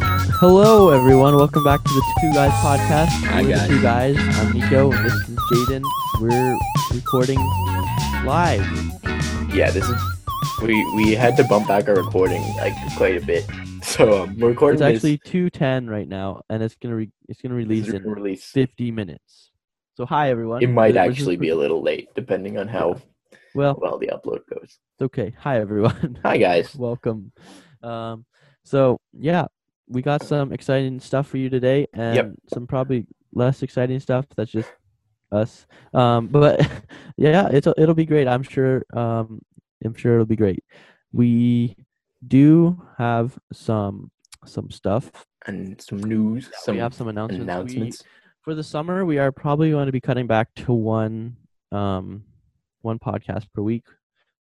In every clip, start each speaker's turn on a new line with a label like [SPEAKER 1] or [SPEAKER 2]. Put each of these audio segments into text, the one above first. [SPEAKER 1] Hello, everyone. Welcome back to the Two Guys podcast.
[SPEAKER 2] Hi,
[SPEAKER 1] We're
[SPEAKER 2] guys.
[SPEAKER 1] the Two Guys. I'm Nico, and this is Jaden. We're recording live.
[SPEAKER 2] Yeah, this is we we had to bump back our recording like quite a bit. So um, we're recording
[SPEAKER 1] It's actually
[SPEAKER 2] this,
[SPEAKER 1] two ten right now, and it's gonna re- it's gonna
[SPEAKER 2] this
[SPEAKER 1] release
[SPEAKER 2] is
[SPEAKER 1] in
[SPEAKER 2] release.
[SPEAKER 1] fifty minutes. So hi, everyone.
[SPEAKER 2] It might
[SPEAKER 1] This- this is
[SPEAKER 2] actually be
[SPEAKER 1] pre-
[SPEAKER 2] a little late, depending on how
[SPEAKER 1] well.
[SPEAKER 2] well the upload goes.
[SPEAKER 1] It's okay. Hi, everyone.
[SPEAKER 2] Hi guys.
[SPEAKER 1] Welcome. Um, so yeah, we got some exciting stuff for you today, and some probably less exciting stuff. That's just us. Um, but yeah, it's it'll be great. I'm sure. Um, I'm sure it'll be great. We do have some some stuff.
[SPEAKER 2] And some news, some
[SPEAKER 1] we have some announcements. We-
[SPEAKER 2] announcements.
[SPEAKER 1] for the summer, we are probably going to be cutting back to one um, one podcast per week.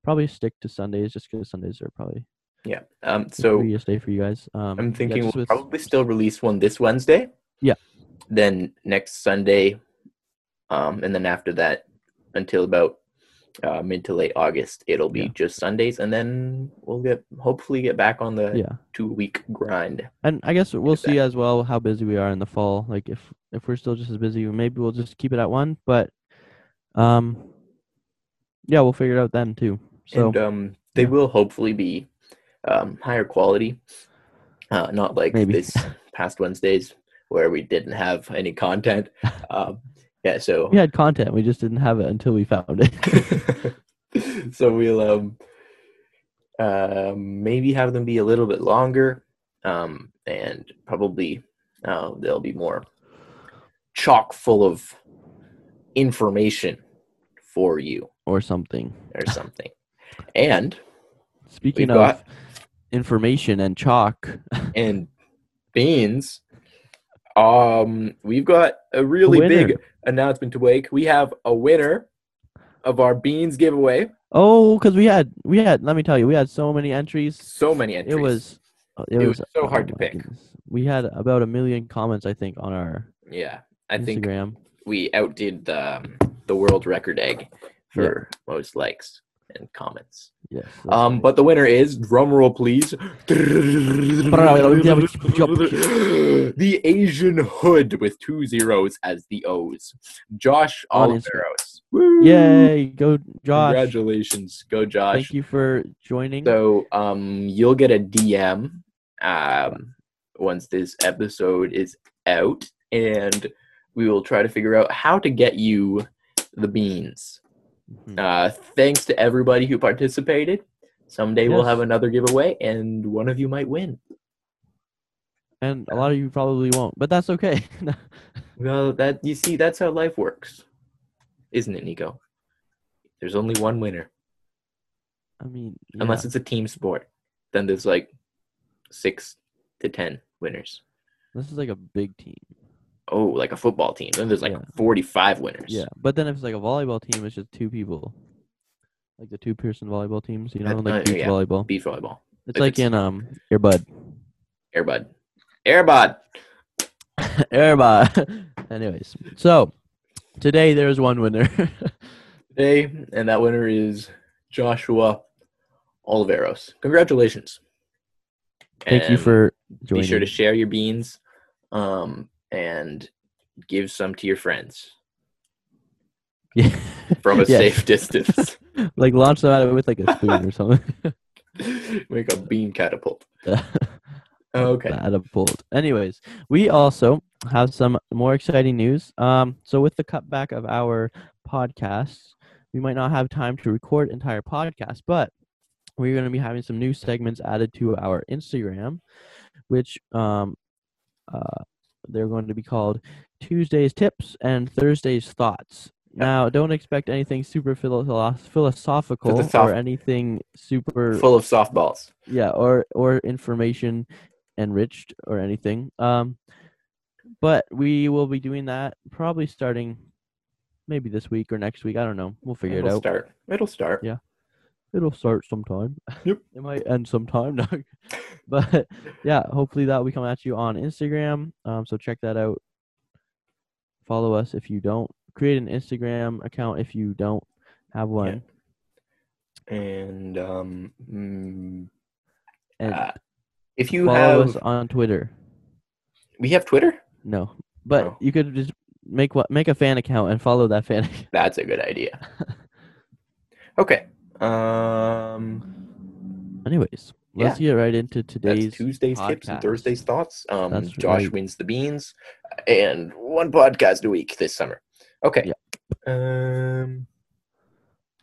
[SPEAKER 1] Probably stick to Sundays just because Sundays are probably
[SPEAKER 2] yeah. Um.
[SPEAKER 1] the
[SPEAKER 2] So
[SPEAKER 1] freest day for you guys. Um,
[SPEAKER 2] I'm
[SPEAKER 1] yeah,
[SPEAKER 2] thinking
[SPEAKER 1] just
[SPEAKER 2] we'll
[SPEAKER 1] with-
[SPEAKER 2] probably still release one this Wednesday.
[SPEAKER 1] Yeah.
[SPEAKER 2] Then next Sunday, um, and then after that, until about uh, mid to late August, it'll be
[SPEAKER 1] Yeah.
[SPEAKER 2] just Sundays, and then we'll get hopefully get back on the
[SPEAKER 1] yeah,
[SPEAKER 2] two week grind.
[SPEAKER 1] and I guess we'll
[SPEAKER 2] get
[SPEAKER 1] see
[SPEAKER 2] back.
[SPEAKER 1] as well how busy we are in the fall. Like if if we're still just as busy, maybe we'll just keep it at one. But um, yeah, we'll figure it out then too. So
[SPEAKER 2] and um, they
[SPEAKER 1] yeah.
[SPEAKER 2] will hopefully be um, higher quality, uh, not like
[SPEAKER 1] Maybe.
[SPEAKER 2] this past Wednesdays where we didn't have any content. Um, yeah, so
[SPEAKER 1] we had content, we just didn't have it until we found it.
[SPEAKER 2] so we'll um, uh, maybe have them be a little bit longer, um, and probably uh, they'll be more chock full of information for you
[SPEAKER 1] or something.
[SPEAKER 2] or something. And
[SPEAKER 1] Speaking of
[SPEAKER 2] got-
[SPEAKER 1] information and chalk,
[SPEAKER 2] and beans. Um, we've got a really
[SPEAKER 1] Winner.
[SPEAKER 2] big announcement to make. We have a winner of our beans giveaway.
[SPEAKER 1] oh, because we had we had. Let me tell you, we had so many entries.
[SPEAKER 2] So many entries.
[SPEAKER 1] It was uh, it,
[SPEAKER 2] It was so
[SPEAKER 1] oh
[SPEAKER 2] hard to
[SPEAKER 1] my
[SPEAKER 2] pick.
[SPEAKER 1] goodness. We had about a million comments, I think, on our
[SPEAKER 2] yeah. I think
[SPEAKER 1] Instagram.
[SPEAKER 2] we outdid the um, the world record egg for most likes and comments.
[SPEAKER 1] Yes. that's
[SPEAKER 2] Um,
[SPEAKER 1] right.
[SPEAKER 2] but the winner is drumroll, please. the Asian Hood with two zeros as the O's. Josh
[SPEAKER 1] On Instagram.
[SPEAKER 2] Oliveros.
[SPEAKER 1] yay, go Josh!
[SPEAKER 2] Congratulations. Go Josh.
[SPEAKER 1] Thank you for joining.
[SPEAKER 2] So um you'll get a DM um once this episode is out and we will try to figure out how to get you the beans.
[SPEAKER 1] Mhm.
[SPEAKER 2] Uh thanks to everybody who participated. Someday we'll
[SPEAKER 1] Yes.
[SPEAKER 2] have another giveaway and one of you might win.
[SPEAKER 1] and a lot of you probably won't, but that's okay. No.
[SPEAKER 2] Well that you see that's how life works. Isn't it, Nico? There's only one winner.
[SPEAKER 1] I mean,
[SPEAKER 2] Unless
[SPEAKER 1] yeah,
[SPEAKER 2] it's a team sport. Then there's like six to ten winners.
[SPEAKER 1] this is like a big team.
[SPEAKER 2] oh, like a football team. Then there's like
[SPEAKER 1] Yeah.
[SPEAKER 2] 45 winners.
[SPEAKER 1] Yeah, but then if it's like a volleyball team, it's just two people, like the two-person volleyball teams. You
[SPEAKER 2] Uh,
[SPEAKER 1] know, like
[SPEAKER 2] uh,
[SPEAKER 1] beach
[SPEAKER 2] yeah.
[SPEAKER 1] volleyball.
[SPEAKER 2] Beach volleyball.
[SPEAKER 1] It's
[SPEAKER 2] if
[SPEAKER 1] like
[SPEAKER 2] it's-
[SPEAKER 1] in um Earbud.
[SPEAKER 2] Airbud. Airbud.
[SPEAKER 1] Airbud. Anyways, so today there's one winner.
[SPEAKER 2] Today, and that winner is Joshua Oliveros. Congratulations.
[SPEAKER 1] Thank you
[SPEAKER 2] And
[SPEAKER 1] for
[SPEAKER 2] be
[SPEAKER 1] joining.
[SPEAKER 2] sure to share your beans um, and give some to your friends
[SPEAKER 1] yeah.
[SPEAKER 2] from a
[SPEAKER 1] Yes.
[SPEAKER 2] safe distance.
[SPEAKER 1] like launch them at it with like a spoon or something.
[SPEAKER 2] Make a bean catapult.
[SPEAKER 1] okay.
[SPEAKER 2] Okay.
[SPEAKER 1] Out of bolt. Anyways, we also have some more exciting news. Um, so with the cutback of our podcasts, we might not have time to record entire podcasts, but we're going to be having some new segments added to our Instagram, which um, uh, they're going to be called Tuesday's Tips and Thursday's Thoughts. Now, don't expect anything super philo- philo- philosophical or
[SPEAKER 2] Philosoph-
[SPEAKER 1] anything super
[SPEAKER 2] Full of softballs.
[SPEAKER 1] yeah or or information enriched or anything um but we will be doing that probably starting maybe this week or next week i don't know we'll figure it
[SPEAKER 2] It'll
[SPEAKER 1] out
[SPEAKER 2] start. It'll start.
[SPEAKER 1] Yeah. it'll start sometime
[SPEAKER 2] Yep.
[SPEAKER 1] it might end sometime no but yeah hopefully that will come at you on instagram um so check that out follow us if you don't create an instagram account if you don't have one
[SPEAKER 2] And um, mm,
[SPEAKER 1] and
[SPEAKER 2] Uh, if you
[SPEAKER 1] follow
[SPEAKER 2] have
[SPEAKER 1] us on twitter
[SPEAKER 2] We have Twitter.
[SPEAKER 1] No, but
[SPEAKER 2] Oh.
[SPEAKER 1] you could just make what make a fan account and follow that fan. account.
[SPEAKER 2] That's a good idea. Okay. Um,
[SPEAKER 1] Anyways, let's get right into
[SPEAKER 2] that's
[SPEAKER 1] today's.
[SPEAKER 2] Tuesday's tips and
[SPEAKER 1] podcast.
[SPEAKER 2] Thursday's thoughts. Um,
[SPEAKER 1] That's
[SPEAKER 2] Josh
[SPEAKER 1] right.
[SPEAKER 2] wins the beans, and one podcast a week this summer. Okay. Um.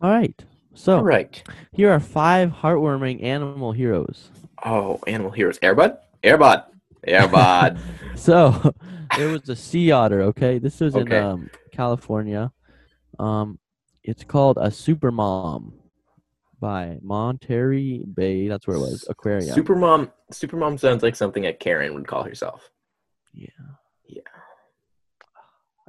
[SPEAKER 1] All right. So
[SPEAKER 2] All right.
[SPEAKER 1] here are five heartwarming animal heroes.
[SPEAKER 2] Oh, Animal Heroes. Airbud? Airbud. Airbud.
[SPEAKER 1] So there was a sea otter. Okay, this was
[SPEAKER 2] Okay.
[SPEAKER 1] in um, California. Um, it's called a super mom by Monterey Bay. That's where it was. Aquarium.
[SPEAKER 2] Supermom Supermom sounds like something a Karen would call herself.
[SPEAKER 1] Yeah.
[SPEAKER 2] Yeah.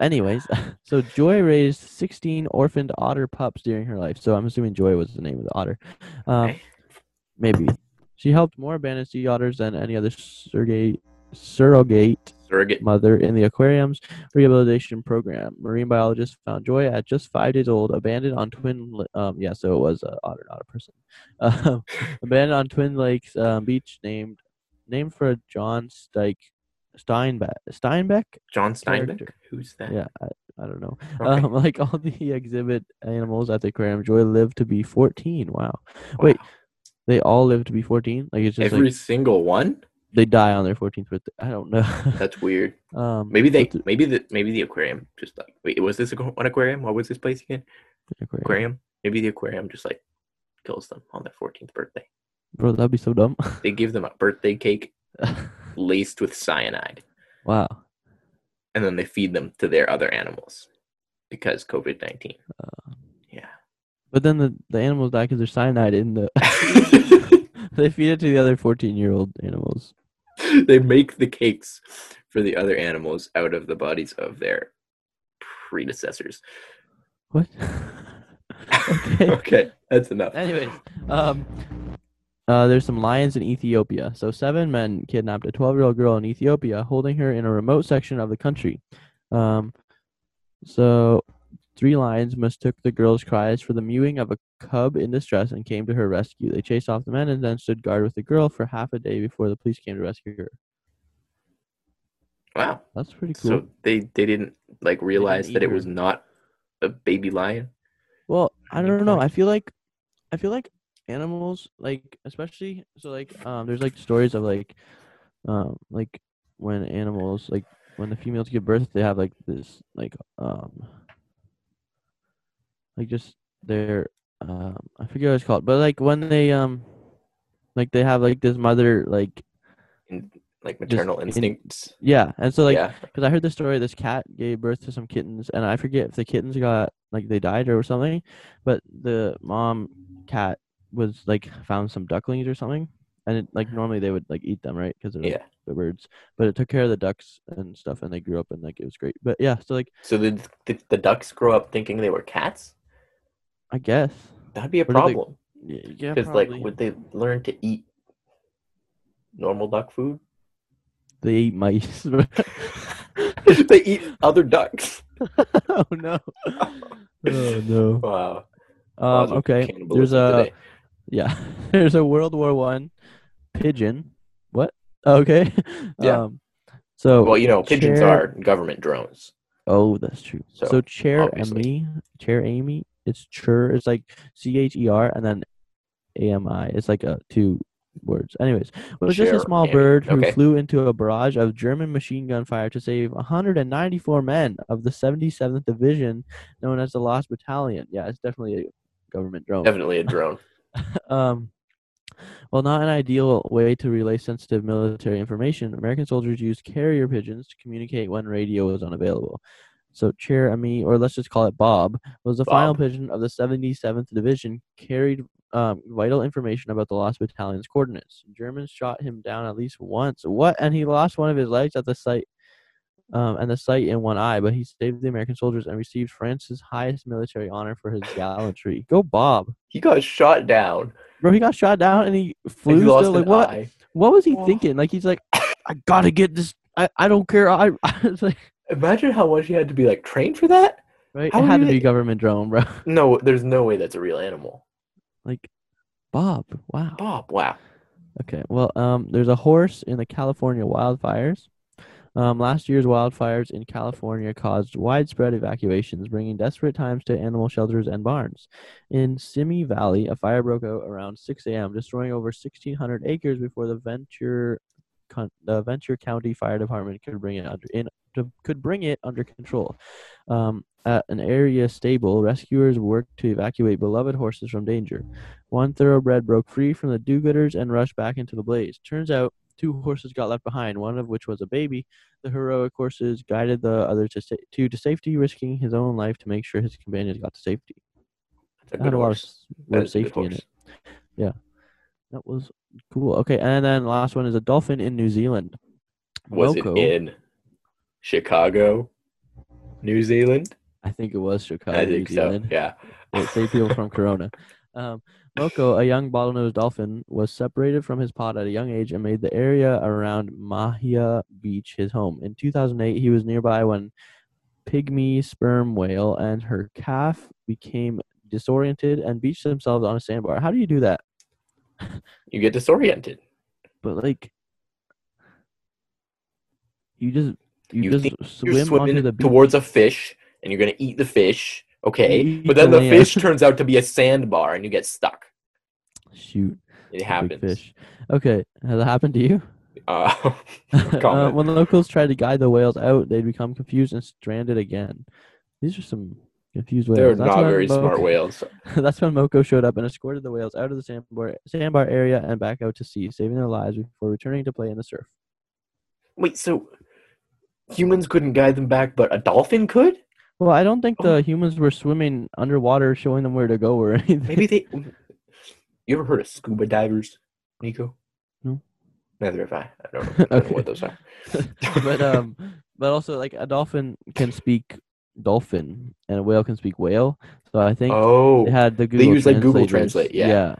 [SPEAKER 1] Anyways, so Joy raised 16 orphaned otter pups during her life. So I'm assuming Joy was the name of the otter. Um,
[SPEAKER 2] Okay.
[SPEAKER 1] Maybe. She helped more abandoned sea otters than any other surrogate, surrogate
[SPEAKER 2] Surrogate
[SPEAKER 1] mother in the aquarium's rehabilitation program. Marine biologists found Joy at just five days old, abandoned on twin. Li- Um, yeah, so it was an otter, not a person. Um, abandoned on Twin Lakes um, Beach, named named for John Steik Steinbeck. Steinbeck?
[SPEAKER 2] John Steinbeck.
[SPEAKER 1] Character.
[SPEAKER 2] Who's that?
[SPEAKER 1] Yeah, I, I don't know.
[SPEAKER 2] Okay.
[SPEAKER 1] Um, like all the exhibit animals at the aquarium, Joy lived to be 14. Wow, wait.
[SPEAKER 2] Wow.
[SPEAKER 1] they all live to be 14. Like it's just
[SPEAKER 2] Every
[SPEAKER 1] like
[SPEAKER 2] single one?
[SPEAKER 1] they die on their 14th birthday. I don't know.
[SPEAKER 2] That's weird.
[SPEAKER 1] um,
[SPEAKER 2] Maybe they
[SPEAKER 1] but the-
[SPEAKER 2] maybe the maybe the aquarium just like wait, was this a, an aquarium? What was this place again?
[SPEAKER 1] aquarium.
[SPEAKER 2] Aquarium? Maybe the aquarium just like kills them on their fourteenth birthday.
[SPEAKER 1] Bro, that'd be so dumb.
[SPEAKER 2] They give them a birthday cake laced with cyanide.
[SPEAKER 1] wow.
[SPEAKER 2] and then they feed them to their other animals because COVID 19.
[SPEAKER 1] Uh.
[SPEAKER 2] yeah.
[SPEAKER 1] But then the, the animals die because they're cyanide in the. they feed it to the other 14 year old animals.
[SPEAKER 2] they make the cakes for the other animals out of the bodies of their predecessors.
[SPEAKER 1] What? okay.
[SPEAKER 2] okay, that's enough.
[SPEAKER 1] Anyways, um, uh, there's some lions in Ethiopia. So seven men kidnapped a 12 year old girl in Ethiopia, holding her in a remote section of the country. Um, so three lions mistook the girl's cries for the mewing of a cub in distress and came to her rescue. They chased off the men and then stood guard with the girl for half a day before the police came to rescue her.
[SPEAKER 2] Wow.
[SPEAKER 1] That's pretty cool.
[SPEAKER 2] So they, they didn't like realize
[SPEAKER 1] eat
[SPEAKER 2] that it was
[SPEAKER 1] her.
[SPEAKER 2] not a baby lion.
[SPEAKER 1] Well, I
[SPEAKER 2] Good
[SPEAKER 1] don't know.
[SPEAKER 2] point.
[SPEAKER 1] I feel like I feel like animals like especially so like um there's like stories of like um like when animals like when the females give birth they have like this like um like just their um I forget what it's called but like when they um like they have like this mother like
[SPEAKER 2] Like maternal
[SPEAKER 1] in-
[SPEAKER 2] instincts.
[SPEAKER 1] yeah and so like
[SPEAKER 2] yeah.
[SPEAKER 1] because I heard the story. This cat gave birth to some kittens, and I forget if the kittens got like they died or something. But the mom cat was like found some ducklings or something, and it, like normally they would like eat them, right? Because they're, like,
[SPEAKER 2] Yeah.
[SPEAKER 1] they're birds. But it took care of the ducks and stuff, and they grew up and like it was great. But yeah, so like
[SPEAKER 2] So did the, the ducks grow up thinking they were cats?
[SPEAKER 1] I guess
[SPEAKER 2] That'd be a
[SPEAKER 1] Or did they-
[SPEAKER 2] problem.
[SPEAKER 1] y- yeah,
[SPEAKER 2] Because,
[SPEAKER 1] probably
[SPEAKER 2] like, would they learn to eat normal duck food?
[SPEAKER 1] they eat mice.
[SPEAKER 2] they eat other ducks.
[SPEAKER 1] oh no! Oh no!
[SPEAKER 2] Wow.
[SPEAKER 1] Um,
[SPEAKER 2] Lots of
[SPEAKER 1] okay, there's
[SPEAKER 2] cannibalism
[SPEAKER 1] a
[SPEAKER 2] today.
[SPEAKER 1] Yeah, there's a World War One pigeon. What? Okay.
[SPEAKER 2] Yeah.
[SPEAKER 1] Um, so
[SPEAKER 2] Well, you know, pigeons
[SPEAKER 1] chair-
[SPEAKER 2] are government drones.
[SPEAKER 1] Oh, that's true. So,
[SPEAKER 2] So,
[SPEAKER 1] chair
[SPEAKER 2] obviously.
[SPEAKER 1] Amy, chair Amy. It's chur. It's like C H E R and then A M I. It's like a two words. Anyways, was just
[SPEAKER 2] Chair
[SPEAKER 1] a small
[SPEAKER 2] Amy.
[SPEAKER 1] bird who
[SPEAKER 2] Okay.
[SPEAKER 1] flew into a barrage of German machine gun fire to save 194 men of the 77th Division, known as the Lost Battalion. Yeah, it's definitely a government drone.
[SPEAKER 2] Definitely a drone.
[SPEAKER 1] Um, well, not an ideal way to relay sensitive military information. American soldiers used carrier pigeons to communicate when radio was unavailable. So, Chair Ami, or let's just call it Bob, was the final
[SPEAKER 2] Bob.
[SPEAKER 1] pigeon of the 77th Division, carried um, vital information about the lost battalion's coordinates. Germans shot him down at least once. What? And he lost one of his legs at the site, um, and the sight in one eye. But he saved the American soldiers and received France's highest military honor for his gallantry. Go, Bob!
[SPEAKER 2] He got shot down.
[SPEAKER 1] Bro, he got shot down and he
[SPEAKER 2] and
[SPEAKER 1] flew.
[SPEAKER 2] he lost
[SPEAKER 1] still. Like
[SPEAKER 2] an
[SPEAKER 1] what?
[SPEAKER 2] eye.
[SPEAKER 1] What was he
[SPEAKER 2] Oh.
[SPEAKER 1] thinking? Like he's like, I gotta get this. I, I don't care. I, I was like,
[SPEAKER 2] Imagine how much he had to be like trained for that.
[SPEAKER 1] right?
[SPEAKER 2] How
[SPEAKER 1] it had
[SPEAKER 2] do
[SPEAKER 1] to be
[SPEAKER 2] they-
[SPEAKER 1] government drone, bro.
[SPEAKER 2] No, there's no way that's a real animal.
[SPEAKER 1] Like, Bob. Wow.
[SPEAKER 2] Bob, Oh, wow.
[SPEAKER 1] Okay. Well, um, there's a horse in the California wildfires. Um, last year's wildfires in California caused widespread evacuations, bringing desperate times to animal shelters and barns. In Simi Valley, a fire broke out around 6 a.m., destroying over 1,600 acres before the Venture, Con- the Venture County Fire Department could bring it under in to, could bring it under control. Um, at an area stable, rescuers worked to evacuate beloved horses from danger. One thoroughbred broke free from the do-gooders and rushed back into the blaze. Turns out two horses got left behind, one of which was a baby. The heroic horses guided the other to, sa- two to safety, risking his own life to make sure his companions got to safety.
[SPEAKER 2] That's
[SPEAKER 1] That had a lot of,
[SPEAKER 2] horse.
[SPEAKER 1] s- lot of
[SPEAKER 2] is a good
[SPEAKER 1] safety in
[SPEAKER 2] horse.
[SPEAKER 1] it. Yeah, that was cool. Okay, and then last one is a dolphin in New Zealand.
[SPEAKER 2] Was
[SPEAKER 1] Moko-
[SPEAKER 2] it in Chicago, New Zealand?
[SPEAKER 1] I think it was Chicago,
[SPEAKER 2] I think
[SPEAKER 1] Uh, New
[SPEAKER 2] so.
[SPEAKER 1] Zealand.
[SPEAKER 2] Yeah.
[SPEAKER 1] Well, save people from corona. Um, Moko, a young bottlenose dolphin, was separated from his pod at a young age and made the area around Mahia Beach his home. In 2008, he was nearby when pygmy sperm whale and her calf became disoriented and beached themselves on a sandbar. How do you do that?
[SPEAKER 2] You get disoriented.
[SPEAKER 1] But like, you just you,
[SPEAKER 2] You
[SPEAKER 1] just
[SPEAKER 2] think You're
[SPEAKER 1] swim onto
[SPEAKER 2] swimming
[SPEAKER 1] the beach.
[SPEAKER 2] towards a fish, and you're gonna eat the fish. Okay,
[SPEAKER 1] You
[SPEAKER 2] but
[SPEAKER 1] eat
[SPEAKER 2] then
[SPEAKER 1] the
[SPEAKER 2] the fish
[SPEAKER 1] land.
[SPEAKER 2] turns out to be a sandbar, and you get stuck.
[SPEAKER 1] Shoot,
[SPEAKER 2] It
[SPEAKER 1] big
[SPEAKER 2] happens.
[SPEAKER 1] fish. Okay, has it happened to you?
[SPEAKER 2] Uh,
[SPEAKER 1] uh,
[SPEAKER 2] Comment.
[SPEAKER 1] when the locals tried to guide the whales out, they'd become confused and stranded again. These are some confused whales.
[SPEAKER 2] they're
[SPEAKER 1] That's
[SPEAKER 2] not
[SPEAKER 1] when
[SPEAKER 2] very
[SPEAKER 1] Mo-
[SPEAKER 2] smart whales.
[SPEAKER 1] That's when Moko showed up and escorted the whales out of the sandbar, sandbar area and back out to sea, saving their lives before returning to play in the surf.
[SPEAKER 2] Wait, so humans couldn't guide them back, but a dolphin could?
[SPEAKER 1] Well, I don't think
[SPEAKER 2] Oh.
[SPEAKER 1] the humans were swimming underwater, showing them where to go or anything.
[SPEAKER 2] Maybe they. You ever heard of scuba divers, Nico?
[SPEAKER 1] No.
[SPEAKER 2] Neither have I. I don't, know- I don't know what those are.
[SPEAKER 1] but um, but also like a dolphin can speak dolphin, and a whale can speak whale. So I think
[SPEAKER 2] oh,
[SPEAKER 1] they had the Google.
[SPEAKER 2] use, like, Google
[SPEAKER 1] translators.
[SPEAKER 2] Translate, yeah.
[SPEAKER 1] yeah.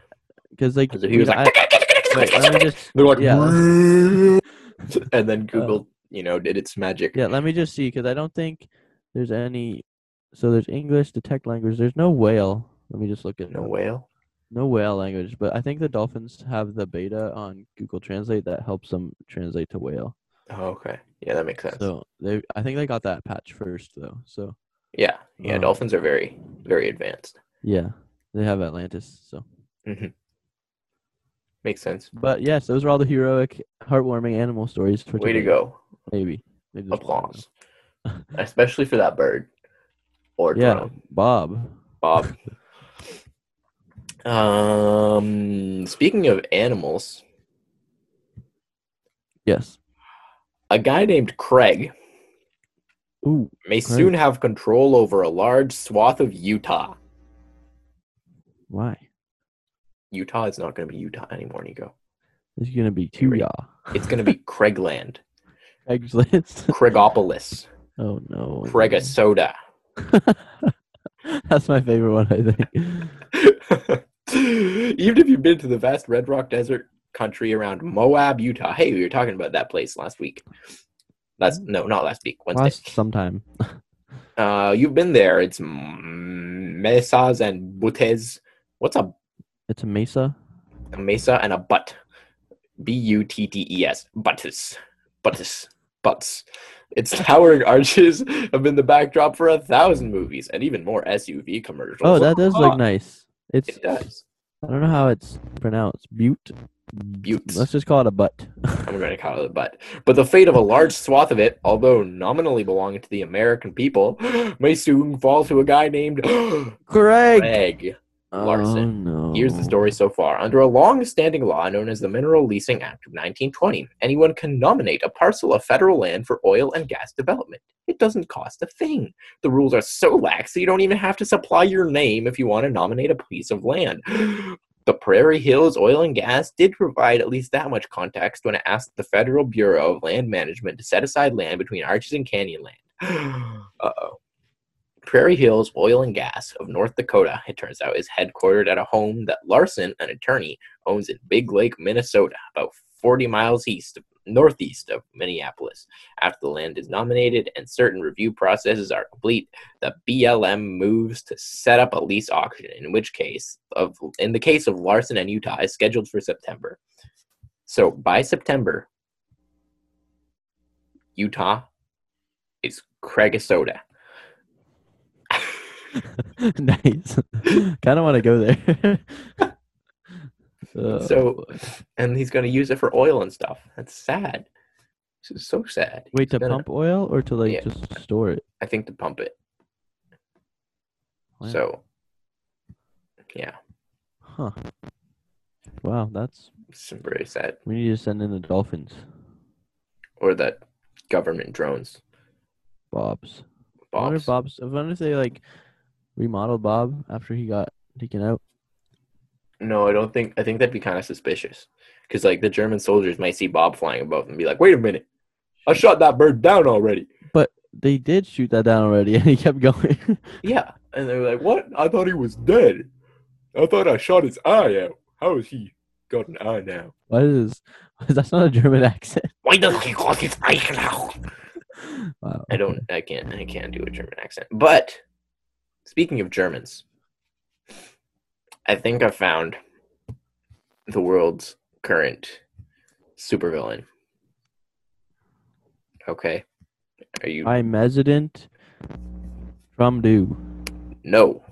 [SPEAKER 1] Because like,
[SPEAKER 2] so he was
[SPEAKER 1] we-
[SPEAKER 2] like.
[SPEAKER 1] I- wait, let me just
[SPEAKER 2] They're like,
[SPEAKER 1] yeah, Uh,
[SPEAKER 2] and then Google, you know, did its magic.
[SPEAKER 1] yeah. Let me just see because I don't think there's any. So there's English, the tech language. There's no whale. Let me just look at
[SPEAKER 2] No
[SPEAKER 1] no,
[SPEAKER 2] whale.
[SPEAKER 1] no whale language, but I think the dolphins have the beta on Google Translate that helps them translate to whale.
[SPEAKER 2] Oh, okay. Yeah, that makes sense.
[SPEAKER 1] So they, I think they got that patch first though. So
[SPEAKER 2] yeah, yeah.
[SPEAKER 1] Uh-huh.
[SPEAKER 2] Dolphins are very, very advanced.
[SPEAKER 1] yeah, they have Atlantis. So,
[SPEAKER 2] Makes sense.
[SPEAKER 1] but yes, those are all the heroic, heartwarming animal stories for
[SPEAKER 2] Way to
[SPEAKER 1] today.
[SPEAKER 2] go.
[SPEAKER 1] Maybe. Maybe there's more, I don't
[SPEAKER 2] Applause, especially for that bird or
[SPEAKER 1] Yeah.
[SPEAKER 2] drone,
[SPEAKER 1] know. Bob.
[SPEAKER 2] Bob. um, speaking of animals,
[SPEAKER 1] Yes.
[SPEAKER 2] a guy named Craig
[SPEAKER 1] Ooh.
[SPEAKER 2] may
[SPEAKER 1] Craig.
[SPEAKER 2] soon have control over a large swath of Utah.
[SPEAKER 1] Why?
[SPEAKER 2] Utah is not going to be Utah anymore, Nico.
[SPEAKER 1] It's gonna be two
[SPEAKER 2] Here
[SPEAKER 1] ya.
[SPEAKER 2] It's going to be Craigland,
[SPEAKER 1] Craigslist.
[SPEAKER 2] Craigopolis,
[SPEAKER 1] oh no.
[SPEAKER 2] Craigasoda.
[SPEAKER 1] That's my favorite one, I think.
[SPEAKER 2] Even if you've been to the vast Red Rock Desert country around Moab, Utah. Hey, we were talking about that place last week. Last no, not last week. Wednesday.
[SPEAKER 1] Last sometime.
[SPEAKER 2] Uh, you've been there. It's m- mesas and buttes. What's a,
[SPEAKER 1] It's a mesa.
[SPEAKER 2] a mesa and a butt? B U T T E S. Buttes. Buttes. Butts. Its towering arches have been the backdrop for a thousand movies and even more SUV commercials.
[SPEAKER 1] Oh, that does
[SPEAKER 2] Ah,
[SPEAKER 1] look nice. It's
[SPEAKER 2] It does.
[SPEAKER 1] I don't know how it's pronounced. Butte.
[SPEAKER 2] Buttes.
[SPEAKER 1] Let's just call it a butt.
[SPEAKER 2] I'm going to call it a butt. But the fate of a large swath of it, although nominally belonging to the American people, may soon fall to a guy named
[SPEAKER 1] Craig.
[SPEAKER 2] Craig. Larson.
[SPEAKER 1] Oh, no.
[SPEAKER 2] Here's the story so far. Under a long standing law known as the Mineral Leasing Act of 1920, anyone can nominate a parcel of federal land for oil and gas development. It doesn't cost a thing. The rules are so lax that you don't even have to supply your name if you want to nominate a piece of land. The Prairie Hills Oil and Gas did provide at least that much context when it asked the Federal Bureau of Land Management to set aside land between Arches and Canyonland. Uh oh. Prairie Hills Oil and Gas of North Dakota, it turns out, is headquartered at a home that Larson, an attorney, owns in Big Lake, Minnesota, about 40 miles east of northeast of Minneapolis. After the land is nominated and certain review processes are complete, the BLM moves to set up a lease auction, in which case of in the case of Larson and Utah is scheduled for September. So by September, Utah is Craigasota.
[SPEAKER 1] nice. kind of want to go there. Uh,
[SPEAKER 2] So, and he's going to use it for oil and stuff. That's sad. This is so sad.
[SPEAKER 1] wait to
[SPEAKER 2] He's gonna-
[SPEAKER 1] pump oil or to like
[SPEAKER 2] Yeah.
[SPEAKER 1] just store it?
[SPEAKER 2] I think to pump it.
[SPEAKER 1] Wow.
[SPEAKER 2] So, yeah,
[SPEAKER 1] Huh. Wow, that's
[SPEAKER 2] it's very sad.
[SPEAKER 1] we need to send in the dolphins,
[SPEAKER 2] Or that government drones.
[SPEAKER 1] Bob's. I wonder if
[SPEAKER 2] Bob's.
[SPEAKER 1] Bob's. I wonder if they like remodeled Bob after he got taken out.
[SPEAKER 2] No, I don't think. I think that'd be kind of suspicious, because like the German soldiers might see Bob flying above and be like, "Wait a minute, I shot that bird down already."
[SPEAKER 1] They did shoot that down already, and he kept going.
[SPEAKER 2] Yeah, and they're like, "What? I thought he was dead. I thought I shot his eye out. How is he got an eye now?"
[SPEAKER 1] Why is that's not a German accent?
[SPEAKER 2] Why does he got his eye now?
[SPEAKER 1] Wow.
[SPEAKER 2] I don't. I can't. I can't do a German accent. But speaking of Germans, I think I found the world's current supervillain. Okay, are you?
[SPEAKER 1] I'm resident from do.
[SPEAKER 2] No,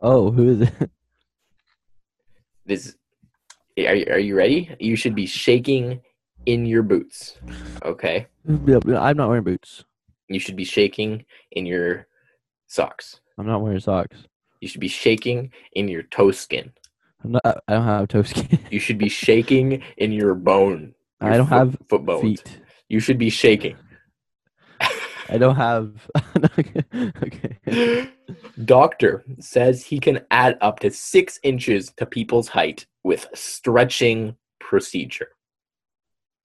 [SPEAKER 1] Oh, who is it?
[SPEAKER 2] this. Are you, are you ready? You should be shaking in your boots. Okay,
[SPEAKER 1] I'm not wearing boots.
[SPEAKER 2] you should be shaking in your socks.
[SPEAKER 1] I'm not wearing socks.
[SPEAKER 2] You should be shaking in your toe skin.
[SPEAKER 1] I'm not. I don't have toe skin.
[SPEAKER 2] You should be shaking in your bone.
[SPEAKER 1] I
[SPEAKER 2] Your
[SPEAKER 1] don't
[SPEAKER 2] foot-
[SPEAKER 1] have
[SPEAKER 2] foot bones.
[SPEAKER 1] feet.
[SPEAKER 2] You should be shaking.
[SPEAKER 1] I don't have. okay.
[SPEAKER 2] Doctor says he can add up to six inches to people's height with stretching procedure.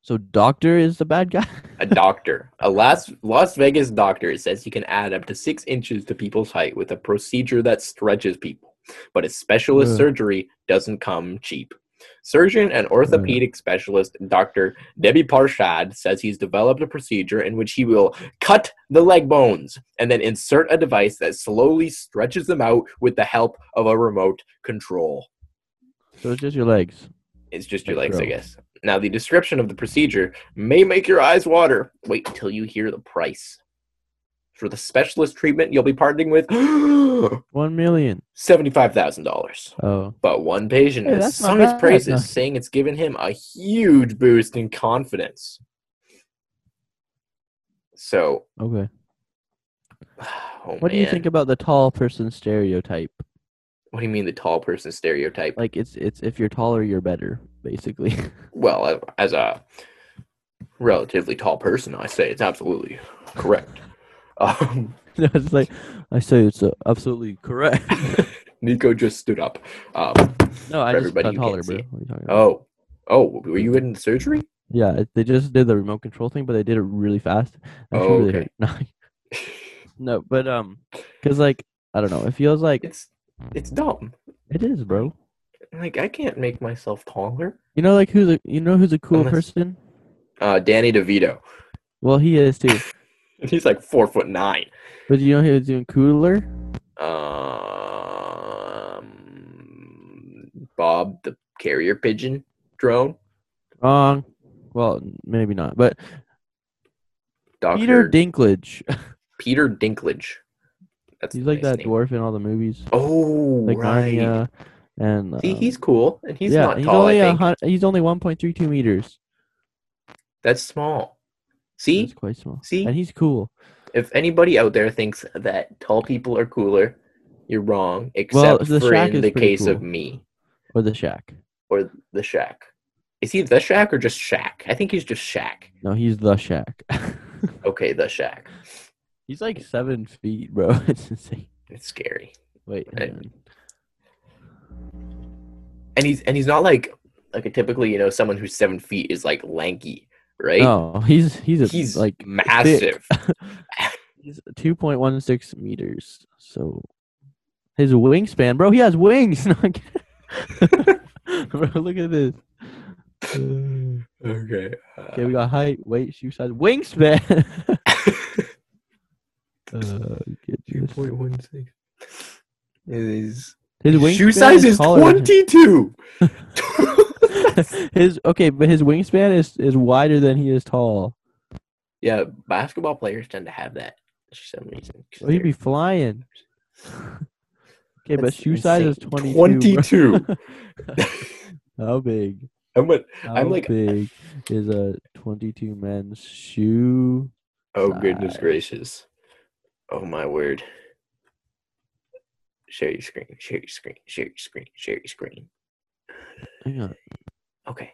[SPEAKER 1] So doctor is the bad guy.
[SPEAKER 2] A doctor, a Las Las Vegas doctor, says he can add up to six inches to people's height with a procedure that stretches people. But his specialist
[SPEAKER 1] Ugh.
[SPEAKER 2] surgery doesn't come cheap. Surgeon and orthopedic specialist Dr. Debbie Parshad says he's developed a procedure in which he will cut the leg bones and then insert a device that slowly stretches them out with the help of a remote control.
[SPEAKER 1] So it's just your legs.
[SPEAKER 2] It's just your
[SPEAKER 1] Like
[SPEAKER 2] legs, I
[SPEAKER 1] gross.
[SPEAKER 2] guess. Now, the description of the procedure may make your eyes water. Wait till you hear the price. For the specialist treatment, you'll be parting with
[SPEAKER 1] One million.
[SPEAKER 2] $75,000.
[SPEAKER 1] Oh,
[SPEAKER 2] But one patient
[SPEAKER 1] Hey,
[SPEAKER 2] has
[SPEAKER 1] that's not
[SPEAKER 2] sung his
[SPEAKER 1] bad,
[SPEAKER 2] praises,
[SPEAKER 1] no.
[SPEAKER 2] saying it's given him a huge boost in confidence. So,
[SPEAKER 1] okay.
[SPEAKER 2] oh
[SPEAKER 1] What do you think
[SPEAKER 2] man.
[SPEAKER 1] about the tall person stereotype?
[SPEAKER 2] What do you mean the tall person stereotype?
[SPEAKER 1] Like it's it's if you're taller, you're better, basically.
[SPEAKER 2] well, as- as a relatively tall person, I say it's absolutely correct. Um,
[SPEAKER 1] No, it's like I say, it's uh, absolutely correct.
[SPEAKER 2] Nico just stood up. Um,
[SPEAKER 1] No, I just got
[SPEAKER 2] everybody who can't
[SPEAKER 1] taller,
[SPEAKER 2] see
[SPEAKER 1] bro.
[SPEAKER 2] it.
[SPEAKER 1] What are you talking about?
[SPEAKER 2] oh, oh, were you in surgery?
[SPEAKER 1] Yeah, it- they just did the remote control thing, but they did it really fast. Actually,
[SPEAKER 2] Oh,
[SPEAKER 1] really
[SPEAKER 2] okay.
[SPEAKER 1] hurt. No, no, but um, cause like I don't know, it feels like
[SPEAKER 2] It's it's dumb.
[SPEAKER 1] it is, bro.
[SPEAKER 2] Like I can't make myself taller.
[SPEAKER 1] You know, like who's a you know who's a cool
[SPEAKER 2] Unless-
[SPEAKER 1] person?
[SPEAKER 2] Uh, Danny DeVito.
[SPEAKER 1] Well, he is too.
[SPEAKER 2] He's like four foot nine.
[SPEAKER 1] But you know who was doing cooler?
[SPEAKER 2] Um, Bob the carrier pigeon drone.
[SPEAKER 1] Wrong. Well, maybe not, but
[SPEAKER 2] Doctor
[SPEAKER 1] Peter Dinklage.
[SPEAKER 2] Peter Dinklage. That's
[SPEAKER 1] He's
[SPEAKER 2] the
[SPEAKER 1] like
[SPEAKER 2] nice
[SPEAKER 1] that
[SPEAKER 2] name.
[SPEAKER 1] dwarf in all the movies,
[SPEAKER 2] Oh,
[SPEAKER 1] like
[SPEAKER 2] right.
[SPEAKER 1] Narnia, and
[SPEAKER 2] See,
[SPEAKER 1] um,
[SPEAKER 2] he's cool, and he's
[SPEAKER 1] yeah,
[SPEAKER 2] not
[SPEAKER 1] he's
[SPEAKER 2] tall.
[SPEAKER 1] only
[SPEAKER 2] I
[SPEAKER 1] a
[SPEAKER 2] think
[SPEAKER 1] hun- he's only one point three two meters.
[SPEAKER 2] that's small. See,
[SPEAKER 1] That's quite small.
[SPEAKER 2] See?
[SPEAKER 1] and he's cool.
[SPEAKER 2] If anybody out there thinks that tall people are cooler, you're wrong.
[SPEAKER 1] Well,
[SPEAKER 2] Except
[SPEAKER 1] the
[SPEAKER 2] for
[SPEAKER 1] Shack
[SPEAKER 2] in
[SPEAKER 1] is
[SPEAKER 2] the
[SPEAKER 1] pretty
[SPEAKER 2] case of
[SPEAKER 1] cool.
[SPEAKER 2] me
[SPEAKER 1] Or the Shack.
[SPEAKER 2] or the Shack. Is he the Shack or just Shack? I think he's just Shack.
[SPEAKER 1] No, he's the Shack.
[SPEAKER 2] Okay, the Shack.
[SPEAKER 1] he's like seven feet, bro. It's insane.
[SPEAKER 2] It's scary,
[SPEAKER 1] Wait,
[SPEAKER 2] Right.
[SPEAKER 1] hang on.
[SPEAKER 2] and he's and he's not like like a typically you know someone who's seven feet is like lanky, right?
[SPEAKER 1] no, he's he's a,
[SPEAKER 2] he's like
[SPEAKER 1] like
[SPEAKER 2] massive.
[SPEAKER 1] he's two point one six meters. So his wingspan, bro. He has wings. No, I'm kidding. bro, look at this.
[SPEAKER 2] okay. uh,
[SPEAKER 1] Okay, we got height, weight, shoe size, wingspan. uh, get this.
[SPEAKER 2] 2.16. It is-
[SPEAKER 1] His
[SPEAKER 2] Shoe
[SPEAKER 1] wingspan
[SPEAKER 2] size is
[SPEAKER 1] taller than him.
[SPEAKER 2] twenty two.
[SPEAKER 1] his okay, but his wingspan is is wider than he is tall.
[SPEAKER 2] Yeah, basketball players tend to have that for some reason. 'cause
[SPEAKER 1] Oh, he'd be
[SPEAKER 2] they're-
[SPEAKER 1] flying. Okay, but
[SPEAKER 2] That's
[SPEAKER 1] shoe size is
[SPEAKER 2] insane.
[SPEAKER 1] 22. bro.
[SPEAKER 2] 22.
[SPEAKER 1] How big?
[SPEAKER 2] I'm like,
[SPEAKER 1] How
[SPEAKER 2] I'm like
[SPEAKER 1] big is a 22 men's shoe?
[SPEAKER 2] oh goodness
[SPEAKER 1] size.
[SPEAKER 2] gracious. Oh my word. Share your screen, share your screen, share your screen, share your screen.
[SPEAKER 1] Hang on.
[SPEAKER 2] Okay.